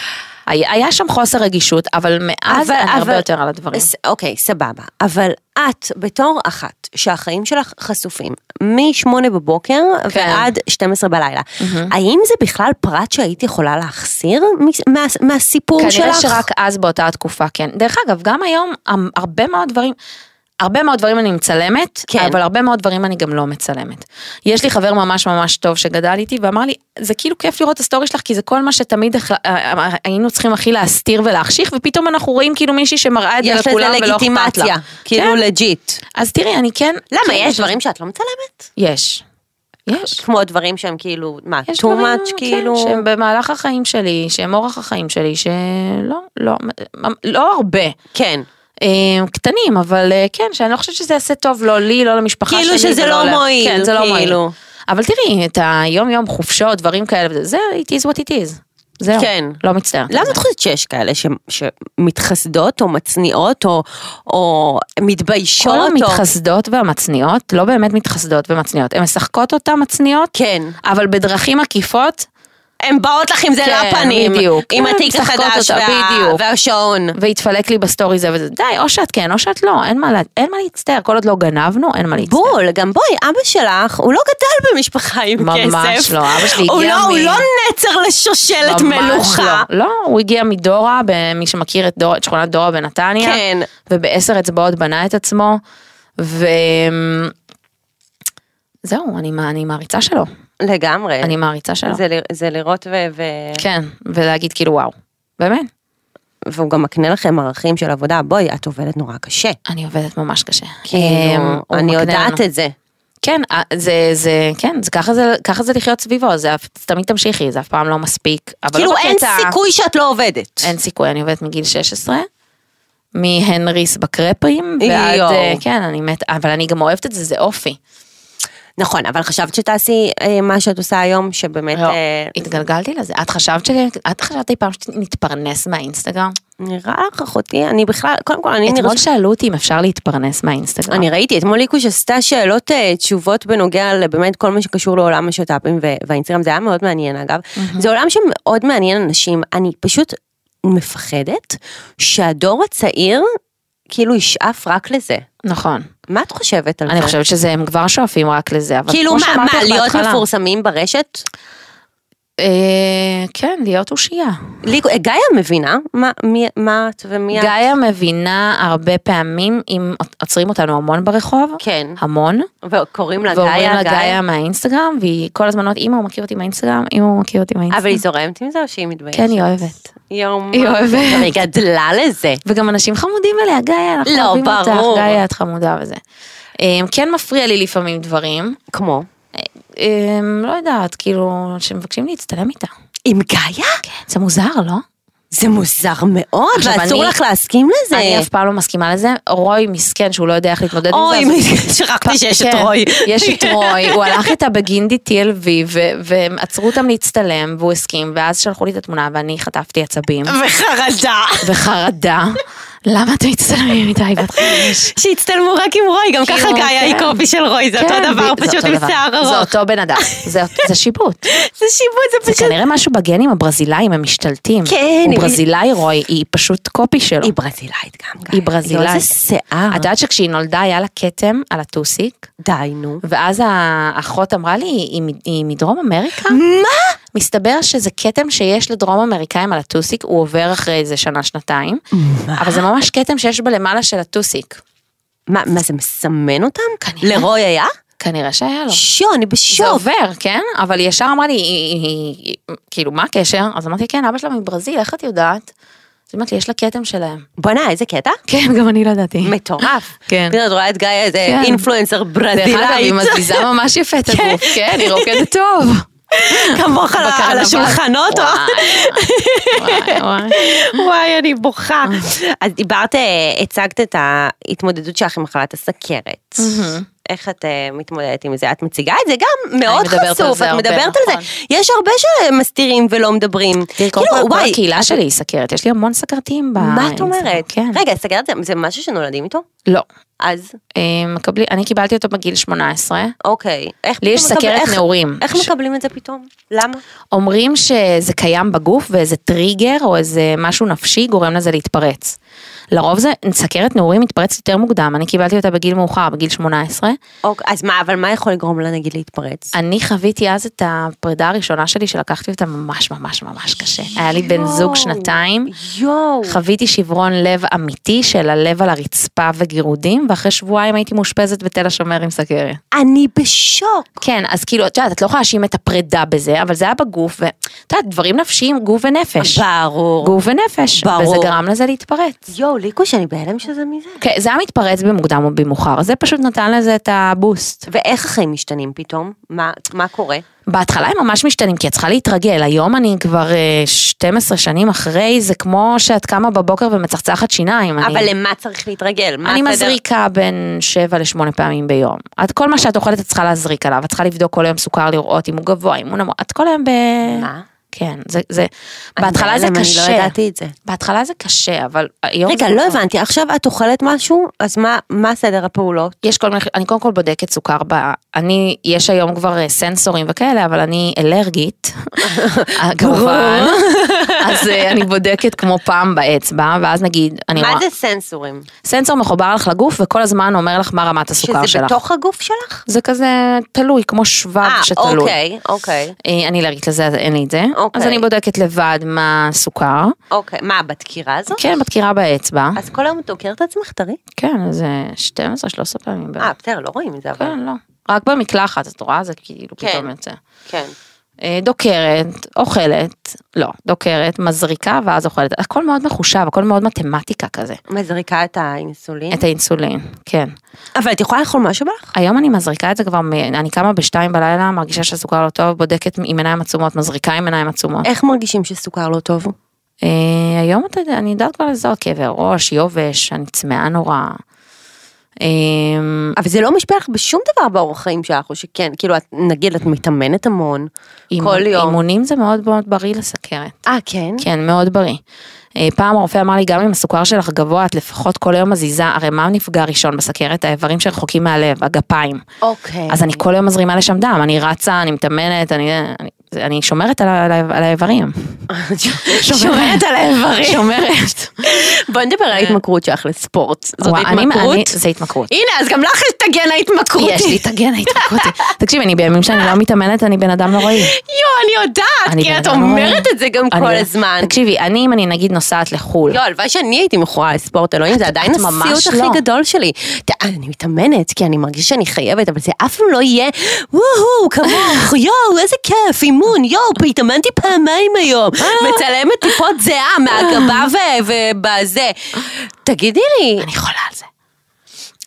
היה היה שם חוסר רגישות, אבל מאז אבל- אני אבל- הרבה יותר על הדברים. ס- אוקיי, סבבה. אבל את, בתור אחת שהחיים שלך חשופים מ-8 בבוקר כן. ועד 12 בלילה, האם זה בכלל פרט שהיית יכולה להחסיר מס- מה- מהסיפור שלך? כנראה שרק אז באותה התקופה כן. דרך אגב, גם היום המ- הרבה מאוד דברים, הרבה מאוד דברים אני מצלמת, כן. כן. אבל הרבה מאוד דברים אני גם לא מצלמת. יש לי חבר ממש ממש טוב שגדל איתי ואמר לי, זה כאילו כיף לראות את הסטורי שלך, כי זה כל מה שתמיד הח- אה, אה, היינו צריכים הכי להסתיר ולהחשיך, ופתאום אנחנו רואים כאילו מישהי שמראה את זה יש לזה לכולם ולא אכפת לה. לגיטימציה, כאילו כן. לג'יט. אז תראי, אני כן... למה, כן, יש דברים שאת לא מצלמת? יש. יש. כמו דברים שהם כאילו, מה, יש too דברים, much כן, כאילו? שהם במהלך החיים שלי, שהם אורח החיים שלי, שלא, לא, לא הרבה. כן. אה, קטנים, אבל אה, כן, שאני לא חושבת שזה יעשה טוב לא לי, לא למשפחה כאילו שלי. שזה ולא לא לה- מועיל, כן, זה לא מועיל. כאילו. אבל תראי, את היום יום חופשות, דברים כאלה, וזה, זה it is what it is. זהו. כן. לא מצטערת. למה את חושבת שיש כאלה ש- שמתחסדות או מצניעות או- או מתביישות? כל או- המתחסדות והמצניעות, לא באמת מתחסדות ומצניעות, הן משחקות אותן מצניעות, כן. אבל בדרכים עקיפות, הן באות לך עם זה כן, לפנים. בדיוק. עם כן, התיק משחקות החדש אותה, וה- בדיוק. והשעון. והתפלק לי בסטורי זה וזה, די, או שאת כן, או שאת לא, אין מה לה- אין מה להצטער, כל עוד לא גנבנו, אין מה להצטער. בול, גם בואי, אבא שלך, הוא לא גדל במשפחה עם ממש כסף. לא, אבא שלי הוא הגיע לא- הוא מ- לא נצר לשושלת ממש מלוכה. לא, לא, הוא הגיע מדורה, מי שמכיר את, דורה, את שכונת דורה בנתניה, כן. ובעשר אצבעות בנה את עצמו, וזהו, אני, מע- אני מעריצה שלו, לגמרי. אני מעריצה שלו, זה ל- זה לראות ו... ו- כן, ולהגיד כאילו וואו, באמת, כן. והוא גם מקנה לכם ערכים של עבודה, בואי, את עובדת נורא קשה. אני עובדת ממש קשה. אמ, כאילו, הוא אני מקנה יודעת לנו. את זה. כן, אה, זה, זה, כן, זה ככה זה, ככה זה לחיות סביבו, זה אף- תמיד תמשיכי, זה אף פעם לא מספיק, אבל כאילו, לא אין בקטע- סיכוי שאת לא עובדת. אין סיכוי, אני עובדת מגיל 16. מהנריס בקרפים, ועד, יואו. אה, כן, אני מתה, אבל אני גם אוהבת את זה, זה אופי. נכון, אבל חשבת שתעשי אה, מה שאת עושה היום, שבאמת... לא, אה, התגלגלתי לזה. את חשבת ש... את חשבת אי פעם שנתפרנס מהאינסטגרם? נראה לך אחותי, אני בכלל, קודם כל, אני אתמול נראה... שאלו אותי אם אפשר להתפרנס מהאינסטגרם. אני ראיתי אתמול ליקוש עשתה שאלות, אה, תשובות בנוגע לבאמת כל מה שקשור לעולם השת"פים ו- והאינסטגרם, זה היה מאוד מעניין אגב. זה עולם שמאוד מעניין אנשים, אני פשוט מפחדת שהדור הצעיר כאילו ישאף רק לזה. נכון. מה את חושבת על זה? אני חושבת שזה, הם כבר שואפים רק לזה, אבל כאילו כמו מה, שאמרתי מה, לך להיות בהתחלה, מפורסמים ברשת? אה, כן, להיות אושייה. לי- אה, גאיה מבינה מה- מי- מה את ומי את? גאיה מבינה הרבה פעמים, אם עוצרים אותנו המון ברחוב, כן. המון, וקוראים לה ואומרים גאיה, לה גאיה גאיה. מהאינסטגרם, והיא כל הזמן אומרת, אמא הוא מכיר אותי מהאינסטגרם, אמא הוא מכיר אותי אבל מהאינסטגרם. היא זורמת עם זה או שהיא מתביישת? כן, היא אוהבת. יום. היא אוהבת. היא גדלה לזה. וגם אנשים חמודים עליה, גאיה, אנחנו לא, אוהבים אותך, ברור. גאיה, את חמודה וזה. אמ, כן מפריע לי לפעמים דברים, כמו? אמ, לא יודעת, כאילו, שמבקשים להצטלם איתה. עם גאיה? זה מוזר, לא? זה מוזר מאוד, עכשיו, ואסור אני- לך להסכים לזה. אני אף פעם לא מסכימה לזה, רוי מסכן שהוא לא יודע איך להתמודד עם זה. אוי, אז- שכחתי שיש את כן, רוי. יש את רוי, הוא הלך איתה בגינדי TLV ו- והם עצרו אותם להצטלם והוא הסכים ואז שלחו לי את התמונה ואני חטפתי עצבים וחרדה. וחרדה. למה אתם מצטלמים איתה? היא בת חמש. שהצטלמו רק עם רוי, גם ככה כאילו, גאיה כן. היא קופי של רוי, זה אותו כן, דבר, זה פשוט אותו עם דבר. שיער זה ארוך. אותו בן אדם, זה- זה שיבוט. זה שיבוט, זה זה פשוט... כנראה משהו בגנים הברזילאים, הם משתלטים. כן, הוא היא- ברזילאי רוי, היא פשוט קופי שלו. היא ברזילאית גם, גאיה. היא ברזילאית. לא, זה שיער. את יודעת שכשהיא נולדה היה לה כתם על הטוסיק, די, נו. ואז האחות אמרה לי, "היא מ- היא מדרום אמריקה? מה? מסתבר שזה כתם שיש לדרום אמריקאים על הטוסיק, הוא עובר אחרי איזה שנה-שנתיים, אבל זה ממש כתם שיש בלמעלה של הטוסיק. מה, מה זה מסמן אותם? כנראה. לרוי היה? כנראה שהיה לו. שו, אני זה בשוק. עובר, כן? אבל היא ישר אמרה לי, "היא- היא- היא- היא- כאילו, מה הקשר? אז אמרתי, כן, אבא שלה מברזיל, איך את יודעת? אז היא אומרת לי, יש לה כתם שלהם. בואנה, איזה קטע? כן, גם אני לא ידעתי. מטורף. כן. פתאום את רואה את גאיה, איזה כן. אינפלואנסר דרך אגב, היא ברזילאית. מזיזה ממש יפה את הגוף, כן, היא רוקדת טוב. כמוך על- על בקרנבל. השולחנות. אה. או- וואי, וואי, וואי. וואי, אני בוכה. אז דיברת, אה, הצגת את ההתמודדות שלך עם מחלת הסכרת. איך את אה, מתמודדת עם זה? את מציגה את זה גם מאוד מדברת על חשוף, זה את הרבה, מדברת על נכון. זה. יש הרבה שמסתירים ולא מדברים. תראי, קודם כל, כאילו, כל וואי, הקהילה שלי היא סכרת, יש לי המון סכרתיים ב... מה את אומרת? כן. רגע, סכרת זה- זה משהו שנולדים איתו? לא. אז, אה, מקבלי, אני קיבלתי אותו בגיל 18. אוקיי. איך לי יש פתאום מקבל- סכרת איך- נעורים. איך ש- מקבלים את זה פתאום? למה? אומרים שזה קיים בגוף ואיזה טריגר או איזה משהו נפשי גורם לזה להתפרץ. לרוב זה, סכרת נעורים מתפרץ יותר מוקדם, אני קיבלתי אותה בגיל מאוחר, בגיל 18. אוקיי, אז מה, אבל מה יכול לגרום לה נגיד להתפרץ? אני חוויתי אז את הפרידה הראשונה שלי שלקחתי אותה ממש ממש ממש קשה. היה לי בן זוג יואו, שנתיים, יואו. חוויתי שברון לב אמיתי של הלב על הרצפה וגירודים, ואחרי שבועיים הייתי מאושפזת בתל השומר עם סכרת. אני בשוק. כן, אז כאילו, את יודעת, את לא יכולה להאשים את הפרידה בזה, אבל זה היה בגוף, ואת יודעת, דברים נפשיים, גוף ונפש. ברור. גוף ונפש. ברור. וזה גרם לזה להתפרץ. יואו, ליקוש, אני בהלם שזה מזה. כן, זה היה מתפרץ במוקדם או במאוחר, זה פשוט נתן לזה את הבוסט. ואיך החיים משתנים פתאום? מה, מה קורה? בהתחלה הם ממש משתנים, כי את צריכה להתרגל. היום אני כבר אה, 12 שנים אחרי, זה כמו שאת קמה בבוקר ומצחצחת שיניים. אני- אבל למה צריך להתרגל? מה אני הסדר? מזריקה בין 7 ל-8 פעמים ביום. את כל מה שאת אוכלת את צריכה להזריק עליו, את צריכה לבדוק כל היום סוכר לראות אם הוא גבוה, אם הוא נמוך, את כל היום ב... מה? כן, זה, זה, אני בהתחלה זה בהלם, קשה. אני לא ידעתי את זה. בהתחלה זה קשה, אבל היום... רגע, זה- לא הבנתי, עכשיו את אוכלת משהו, אז מה, מה סדר הפעולות? יש כל מיני, אני קודם כל בודקת סוכר ב... אני, יש היום כבר אה, סנסורים וכאלה, אבל אני אלרגית, אה, כמובן. אז אה, אני בודקת כמו פעם באצבע, ואז נגיד, אני רואה... מה זה סנסורים? סנסור מחובר לך לגוף, וכל הזמן אומר לך מה רמת הסוכר שזה שלך. בתוך הגוף שלך? זה כזה תלוי, כמו שבב אה, שתלוי. אוקיי, אוקיי, אה, אני אלרגית לזה, אז אין לי את זה. אוקיי. אז אני בודקת לבד מה הסוכר. אוקיי. מה, בדקירה הזאת? כן, בדקירה באצבע. אז כל היום את עוקרת את עצמך, תראי? כן, אז אה, 12-13 פעמים. בערך. אה, בסדר, לא רואים את זה, אבל... כן, לא. רק במקלחת, את רואה? זה כאילו כן. פתאום יוצא. כן. אה, דוקרת, אוכלת, לא, דוקרת, מזריקה ואז אוכלת. הכל מאוד מחושב, הכל מאוד מתמטיקה כזה. מזריקה את האינסולין. את האינסולין, כן. אבל את יכולה לאכול משהו בך? היום אני מזריקה את זה כבר, מ- אני קמה בשתיים בלילה, מרגישה שהסוכר לא טוב, בודקת עם עיניים עצומות, מזריקה עם עיניים עצומות. איך מרגישים שסוכר לא טוב? אה, היום אתה יודע, אני יודעת כבר לזהות כאבי ראש, יובש, אני צמאה נורא. אה, אבל זה לא משפיע לך בשום דבר באורח חיים שלך, או שכן, כאילו, את, נגיד, את מתאמנת המון, כל אימון- יום. אימונים זה מאוד מאוד בריא לסכרת. אה, כן? כן, מאוד בריא. אה, פעם הרופא אמר לי, גם אם הסוכר שלך גבוה, את לפחות כל היום מזיזה, הרי מה נפגע ראשון בסכרת? האיברים שרחוקים מהלב, הגפיים. אוקיי. אז אני כל היום מזרימה לשם דם, אני רצה, אני מתאמנת, אני... אני- אני שומרת על ה- על ה- על האיברים. שומרת על האיברים. שומרת. בואי נדבר על ההתמכרות שלך לספורט. זאת וואי, כן. אני- אני- התמכרות? זה התמכרות. הנה, אז גם לך יש את הגן ההתמכרותי. יש לי את הגן ההתמכרותי. תקשיבי, אני בימים שאני לא מתאמנת, אני בן אדם נוראי. יואו, אני יודעת, אני כי בן את אדם נוראי. אומרת את זה גם אני כל לא- הזמן. תקשיבי, אני אם אני נגיד נוסעת לחו"ל, לא, הלוואי שאני הייתי מכורה לספורט, אלוהים, זה עדיין את ממש הסיוט לא. הכי גדול שלי. ת- אני מתאמנת, כי אני מרגיש שאני חייבת, אבל זה אף פעם לא יהיה, וואו, כמוך, יואו, איזה כיף, אימון, יואו, התאמנתי פעמיים היום, אה? מצלמת טיפות זיעה מהגבה ו- ובזה. תגידי לי, אני חולה על זה.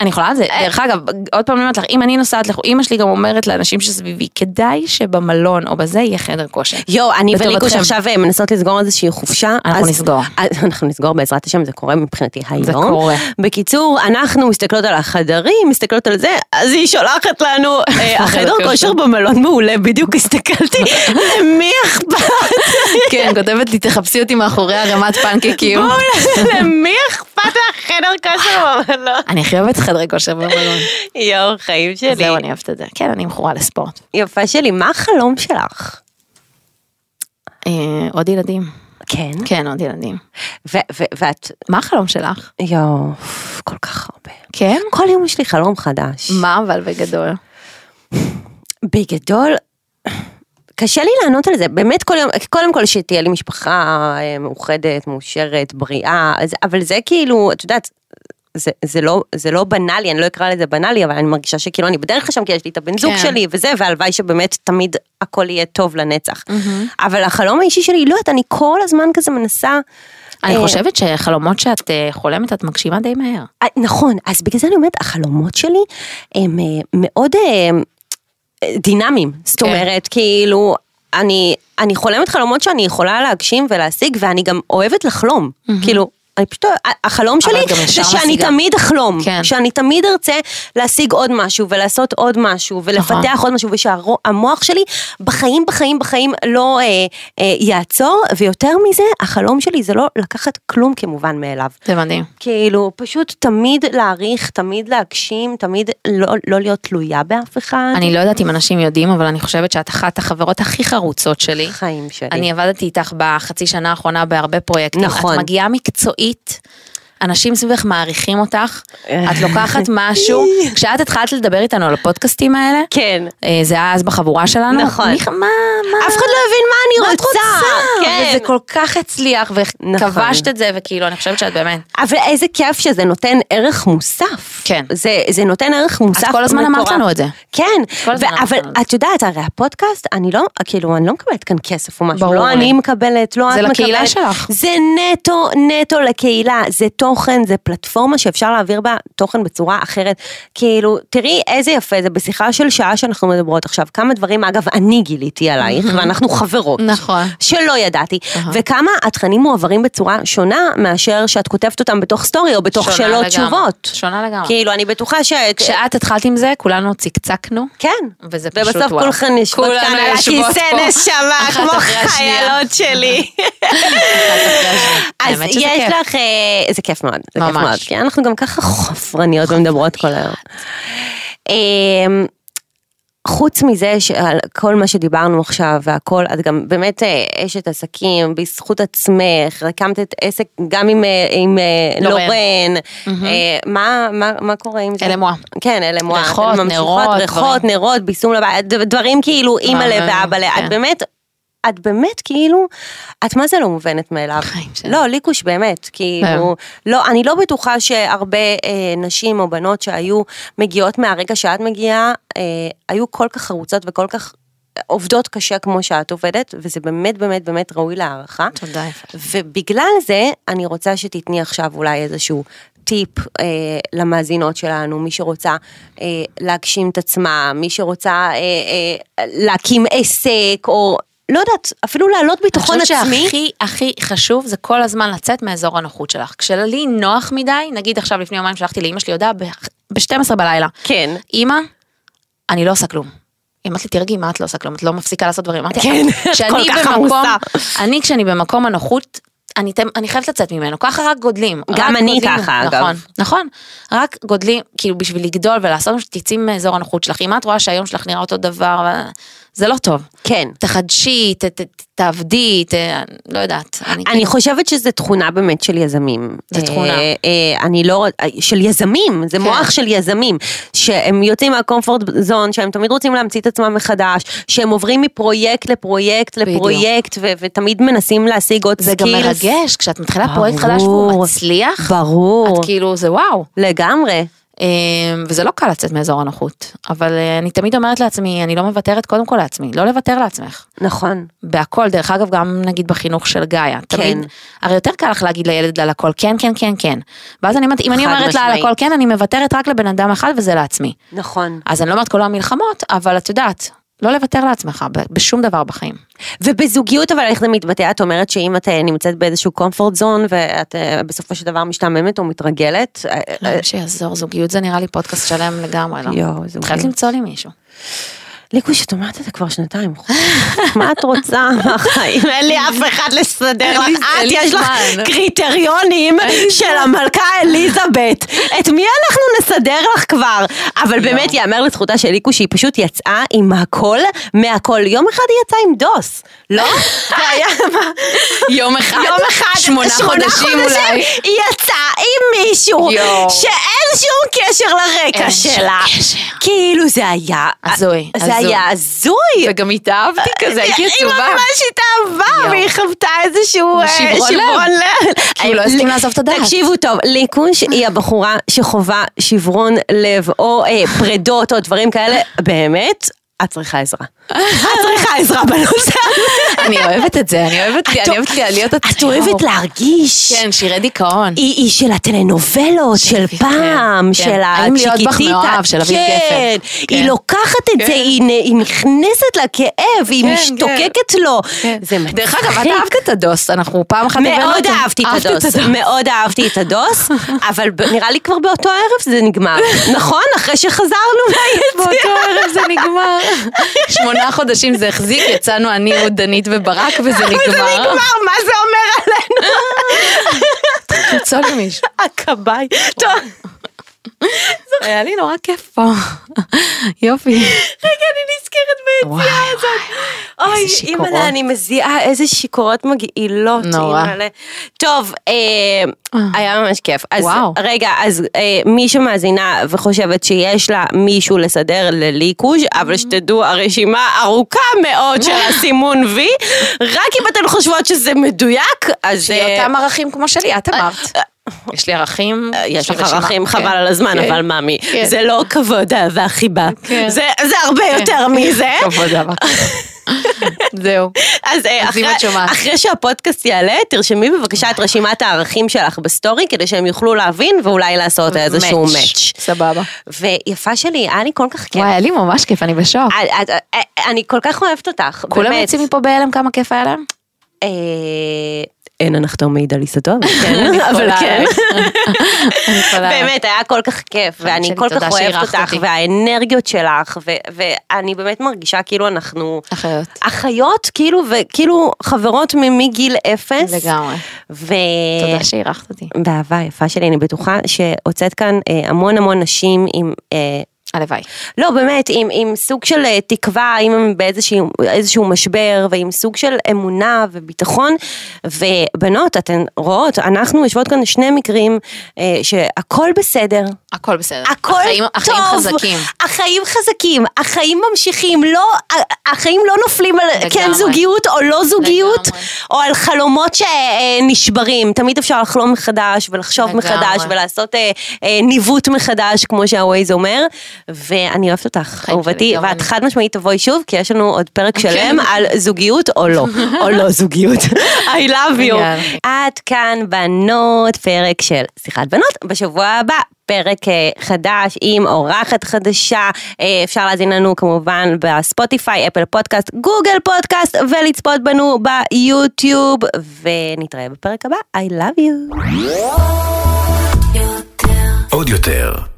אני חולה על זה. אה. דרך אגב, עוד פעם אני אומרת לך, אם אני נוסעת לחו"ל, אימא שלי גם אומרת לאנשים שסביבי, כדאי שבמלון או בזה יהיה חדר כושר. יואו, אני לטובתכם. וליקוש עכשיו אה, מנסות לסגור איזושהי חופשה. אנחנו אז- נסגור. אז אנחנו נסגור בעזרת השם, זה קורה מבחינתי היום. קורה. בקיצור, אנחנו מסתכלות על החדרים, מסתכלות על זה, אז היא שולחת לנו, אה, החדר כושר. כושר במלון מעולה, בדיוק הסתכלתי, למי אכפת? כן, כותבת לי, תחפשי אותי מאחורי ערימת פנקקים. בואו, למי אכפת החדר כושר במלון? אני הכי אוהבת חדרי כושר במלון. יואו, חיים שלי. זהו, אני אוהבת את זה. כן, אני מכורה לספורט. יפה שלי, מה החלום שלך? אה, עוד ילדים. כן. כן, עוד ילדים. ו- ו- ואת, מה החלום שלך? יואו, כל כך הרבה. כן? כל יום יש לי חלום חדש. מה אבל בגדול? בגדול, קשה לי לענות על זה, באמת כל יום, קודם כל שתהיה לי משפחה אה, מאוחדת, מאושרת, בריאה, אז, אבל זה כאילו, את יודעת, זה, זה, לא, זה לא בנאלי, אני לא אקרא לזה בנאלי, אבל אני מרגישה שכאילו אני בדרך לשם, כי יש לי את הבן זוג כן. שלי וזה, והלוואי שבאמת תמיד הכל יהיה טוב לנצח. אבל החלום האישי שלי, לא יודעת, אני כל הזמן כזה מנסה... אני אה, חושבת שחלומות שאת אה, חולמת, את מגשימה די מהר. אה, נכון, אז בגלל זה אני אומרת, החלומות שלי הם אה, מאוד אה, אה, דינמיים. זאת כן. אומרת, כאילו, אני, אני חולמת חלומות שאני יכולה להגשים ולהשיג, ואני גם אוהבת לחלום. כאילו, אני פשוט, אה, החלום אבל שלי את גם זה ישר שאני משיגה. תמיד אחלום. כן. שאני תמיד ארצה להשיג עוד משהו, ולעשות עוד משהו, ולפתח נכון. עוד משהו, ושהמוח שלי בחיים, בחיים, בחיים לא אה, אה, יעצור, ויותר מזה, החלום שלי זה לא לקחת כלום כמובן מאליו. זה מדהים. כאילו, פשוט תמיד להעריך, תמיד להגשים, תמיד לא, לא להיות תלויה באף אחד. אני לא יודעת אם אנשים יודעים, אבל אני חושבת שאת אחת החברות הכי חרוצות שלי. חיים שלי. אני עבדתי איתך בחצי שנה האחרונה בהרבה פרויקטים. נכון. את מגיעה מקצועית. אנשים סביבך מעריכים אותך, אה. את לוקחת משהו, כשאת התחלת לדבר איתנו על הפודקאסטים האלה, כן. אה, זה היה אז בחבורה שלנו, נכון. מיכה, מה, מה, אף אחד לא הבין מה אה. מה אני את רוצה. כן. וזה כל כך הצליח, נכון. וכבשת את זה, וכאילו, אני חושבת שאת באמת, אבל איזה כיף שזה נותן ערך מוסף. כן. זה, זה נותן ערך מוסף את כל הזמן אמרת מטורף. לנו את זה. כן, כל הזמן ו- אמרת אבל לנו את זה. את יודעת, הרי הפודקאסט, אני לא, כאילו, אני לא מקבלת כאן כסף או משהו, ברור לא לי. אני מקבלת, לא את זה מקבלת. לקהילה שלך. זה נטו, נטו לקהילה, זה תוכן, זה פלטפורמה שאפשר להעביר בה תוכן בצורה אחרת. כאילו, תראי איזה יפה, זה בשיחה של שעה שאנחנו מדברות עכשיו, כמה דברים, אגב, אני גיליתי עלייך, ואנחנו חברות. נכון. שלא ידעתי, וכמה התכנים מועברים בצורה שונה מאשר שאת כותבת אותם בתוך סטורי או בתוך שונה שאלות לגמרי. תשובות. שונה לגמרי. כאילו, אני בטוחה ש... כשאת התחלת עם זה, כולנו צקצקנו. כן. וזה פשוט ובסוף וואו. כולכן יושבות כולנו כאן על יושבות הכיסא פה. נשמה, אחת כמו אחרי השנייה. חיילות שלי. אז האמת שזה יש כיף. לך, אה, זה כיף מאוד, זה כיף ממש. מאוד, כי אנחנו גם ככה חופרניות ומדברות כל היום. אמ, חוץ מזה שעל כל מה שדיברנו עכשיו והכל, את גם באמת אה, אשת עסקים, בזכות עצמך, הקמת את עסק גם עם, אה, עם אה, לורן. לורן, אה, מה- מה מה קורה עם זה? אלה מועה. כן, אלה מועה. אתן ריחות, ממשיכות, נרות, ריחות, דברים. נרות, ביסום לבית, ד- דברים כאילו אימא'לה ממש, ואבא'לה, את כן. באמת... את באמת כאילו, את מה זה לא מובנת מאליו. חיים שלי. לא, ליקוש באמת, אה. כאילו, לא, אני לא בטוחה שהרבה אה, נשים או בנות שהיו מגיעות מהרגע שאת מגיעה, אה, היו כל כך חרוצות וכל כך אה, עובדות קשה כמו שאת עובדת, וזה באמת באמת באמת ראוי להערכה. תודה יפה. ובגלל זה, אני רוצה שתתני עכשיו אולי איזשהו טיפ אה, למאזינות שלנו, מי שרוצה אה, להגשים את עצמה, מי שרוצה אה, אה, להקים עסק, או לא יודעת, אפילו להעלות ביטחון אני חושבת עצמי. שהכי הכי חשוב זה כל הזמן לצאת מאזור הנוחות שלך. כשלי נוח מדי, נגיד עכשיו לפני יומיים שלחתי לאימא שלי הודעה ב-12 בלילה. כן. אימא, אני לא עושה כלום. היא אמרת לי, תרגי, מה את לא עושה כלום? את לא מפסיקה לעשות דברים. אמרתי, כן, את שאני כל כך במקום- עמוסה. אני, כשאני במקום הנוחות, אני, תם- אני חייבת לצאת ממנו, ככה רק גודלים. גם רק אני גודלים. ככה, אגב. נכון, נכון, רק גודלים, כאילו בשביל לגדול ולעשות, משהו, תצאי מאזור הנוחות שלך. אם את רואה שהיום שלך נראה אותו דבר, זה לא טוב. כן. תחדשי, ת- ת- ת- תעבדי, ת- לא יודעת. אני חושבת שזו תכונה באמת של יזמים. זו תכונה. אה, אה, אני לא, אה, של יזמים, זה כן. מוח של יזמים. שהם יוצאים מהקומפורט זון, שהם תמיד רוצים להמציא את עצמם מחדש, שהם עוברים מפרויקט לפרויקט בדיוק. לפרויקט, ו- ותמיד מנסים להשיג עוד זה גם סקילס. מרגש, כשאת מתחילה פרויקט חדש והוא ברור. מצליח, ברור. את כאילו, זה וואו. לגמרי. אמ, וזה לא קל לצאת מאזור הנוחות, אבל אה, אני תמיד אומרת לעצמי, אני לא מוותרת קודם כל לעצמי, לא לוותר לעצמך. נכון. בהכל, דרך אגב, גם נגיד בחינוך של גאיה, כן. תמיד, הרי יותר קל לך להגיד לילד על הכל כן, כן, כן, כן. ואז אני אומרת, אם אני חד אומרת לה על משמעית. הכל כן, אני מוותרת רק לבן אדם אחד וזה לעצמי. נכון. אז אני לא אומרת כל המלחמות, אבל את יודעת, לא לוותר לעצמך ב- בשום דבר בחיים. ובזוגיות אבל איך זה מתבטא? את אומרת שאם את אה, נמצאת באיזשהו קומפורט זון ואת אה, בסופו של דבר משתעממת או מתרגלת, אה, לא, אה, שיעזור, זוגיות זה נראה לי פודקאסט שלם לגמרי, לא? יואו, את חייבת זוגיות. למצוא לי מישהו. ליקוש, את אומרת את זה כבר שנתיים. מה את רוצה מהחיים? אין לי אף אחד לסדר לי- לך. את, אין לי יש לך זמן. קריטריונים של המלכה אליזבת. את מי אנחנו נסדר לך כבר? אבל באמת יאמר לזכותה של ליקוש שהיא פשוט יצאה עם הכל מהכל. יום אחד היא יצאה עם דוס, לא? זה היה מה? יום אחד, יום אחד, היא יצאה עם מישהו יואו. שאין שום קשר לרקע אין שום שלה. קשר. כאילו זה היה... הזוי, זה הזוי. היה הזוי. וגם התאהבתי כזה, הייתי עצובה. היא כן, ממש התאהבה, יואו. והיא חוותה איזשהו אה, שברון לב. שברון לב. כי הוא לא הסכים לעזוב את הדעת. תקשיבו טוב, ליקוש היא הבחורה שחווה שברון לב, או אה, פרדות, או דברים כאלה, באמת. את צריכה עזרה. את צריכה עזרה בנושא הזה. אני אוהבת אה. את זה, אני אוהבת את- אני אוהבת להיות עצמי. את אוהבת להרגיש. כן, שירי דיכאון. היא, היא של הטלנובלות של כן, פעם, כן. של האם להיות בך הצ'יקיטיטה. מאוהב של אביב כן, גפן. כן. היא לוקחת את כן. זה, היא נ- היא נכנסת לכאב, היא כן, משתוקקת לו. זה מצחיק. דרך אגב, את אהבת את הדוס, אנחנו פעם אחת הבאנו מאוד אותו. אהבתי אהבת את הדוס, מאוד אהבתי את הדוס, אבל ב- נראה לי כבר באותו ערב זה נגמר, נכון? אחרי שחזרנו באותו מהיציאה. ערב זה נגמר. שמונה חודשים זה החזיק, יצאנו אני, עוד דנית וברק, וזה זה נגמר. נגמר, מה זה אומר עלינו? למצוא לי מישהו. הכבאי. טוב, היה לי נורא כיף פה. יופי. רגע, אני נזכרת וואי, ביציאה הזאת. אוי, איזה שיכורות. אימא'לה, אני מזיעה איזה שיכורות מגעילות. נורא. אימא'לה. טוב, אה, היה ממש כיף. אז וואו. רגע, אז אה, מי שמאזינה וחושבת שיש לה מישהו לסדר לליקוז', Mm. אבל שתדעו, הרשימה ארוכה מאוד של הסימון וי, רק אם אתן חושבות שזה מדויק, אז... אה, אותם ערכים כמו שלי, את אמרת. יש לי ערכים. יש לי לך רשימה. ערכים כן. חבל על הזמן, כן. אבל מאמי, כן. זה לא כבוד, אהבה, חיבה. כן. זה זה הרבה יותר מזה. כבוד אבא. זהו. אז אה, אז אם אחרי, את שומעת. אחרי שהפודקאסט יעלה, תרשמי בבקשה את רשימת הערכים שלך בסטורי, כדי שהם יוכלו להבין ואולי לעשות איזשהו מאץ'. סבבה. ויפה שלי, היה לי כל כך כיף. וואי, היה לי ממש כיף, אני בשוק. את- את- כן. אה, אני כל כך אוהבת אותך, כולם באמת. יוצאים מפה בהלם כמה כיף היה להם? אה, אין הנחתום מעיד על עיסתו, אבל כן, אבל כן. באמת, היה כל כך כיף, ואני שלי, כל כך תודה אוהבת שאירחת אותך, אותי. והאנרגיות שלך, ו- ואני באמת מרגישה כאילו אנחנו אחיות. אחיות, כאילו, וכאילו חברות מ- מגיל אפס. לגמרי. ו... תודה שאירחת אותי. באהבה היפה שלי, אני בטוחה שהוצאת כאן אה, המון המון נשים עם... אה, הלוואי. לא, באמת, עם, עם סוג של אה, תקווה, אם הם באיזשהו איזשהו משבר, ועם סוג של אמונה וביטחון. ובנות, אתן רואות, אנחנו יושבות כאן שני מקרים אה, שהכל בסדר, הכל בסדר. הכל החיים- טוב. החיים חזקים. החיים חזקים, החיים ממשיכים, לא, ה- החיים לא נופלים על לגמרי. כן זוגיות או לא זוגיות, לגמרי. או על חלומות שנשברים. תמיד אפשר לחלום מחדש ולחשוב לגמרי. מחדש ולעשות אה, אה, ניווט מחדש, כמו שהווייז אומר. ואני אוהבת אותך, חיים אהובתי, שלי, גם ואת אני. כן. חד משמעית תבואי שוב, כי יש לנו עוד פרק שלם על זוגיות או לא, או לא זוגיות. I love you. יאללה. עד כאן בנות, פרק של שיחת בנות, בשבוע הבא. פרק אה, חדש עם אורחת חדשה, אה, אפשר להזין לנו כמובן בספוטיפיי, אפל פודקאסט, גוגל פודקאסט ולצפות בנו ביוטיוב ונתראה בפרק הבא, I love you. עוד יותר,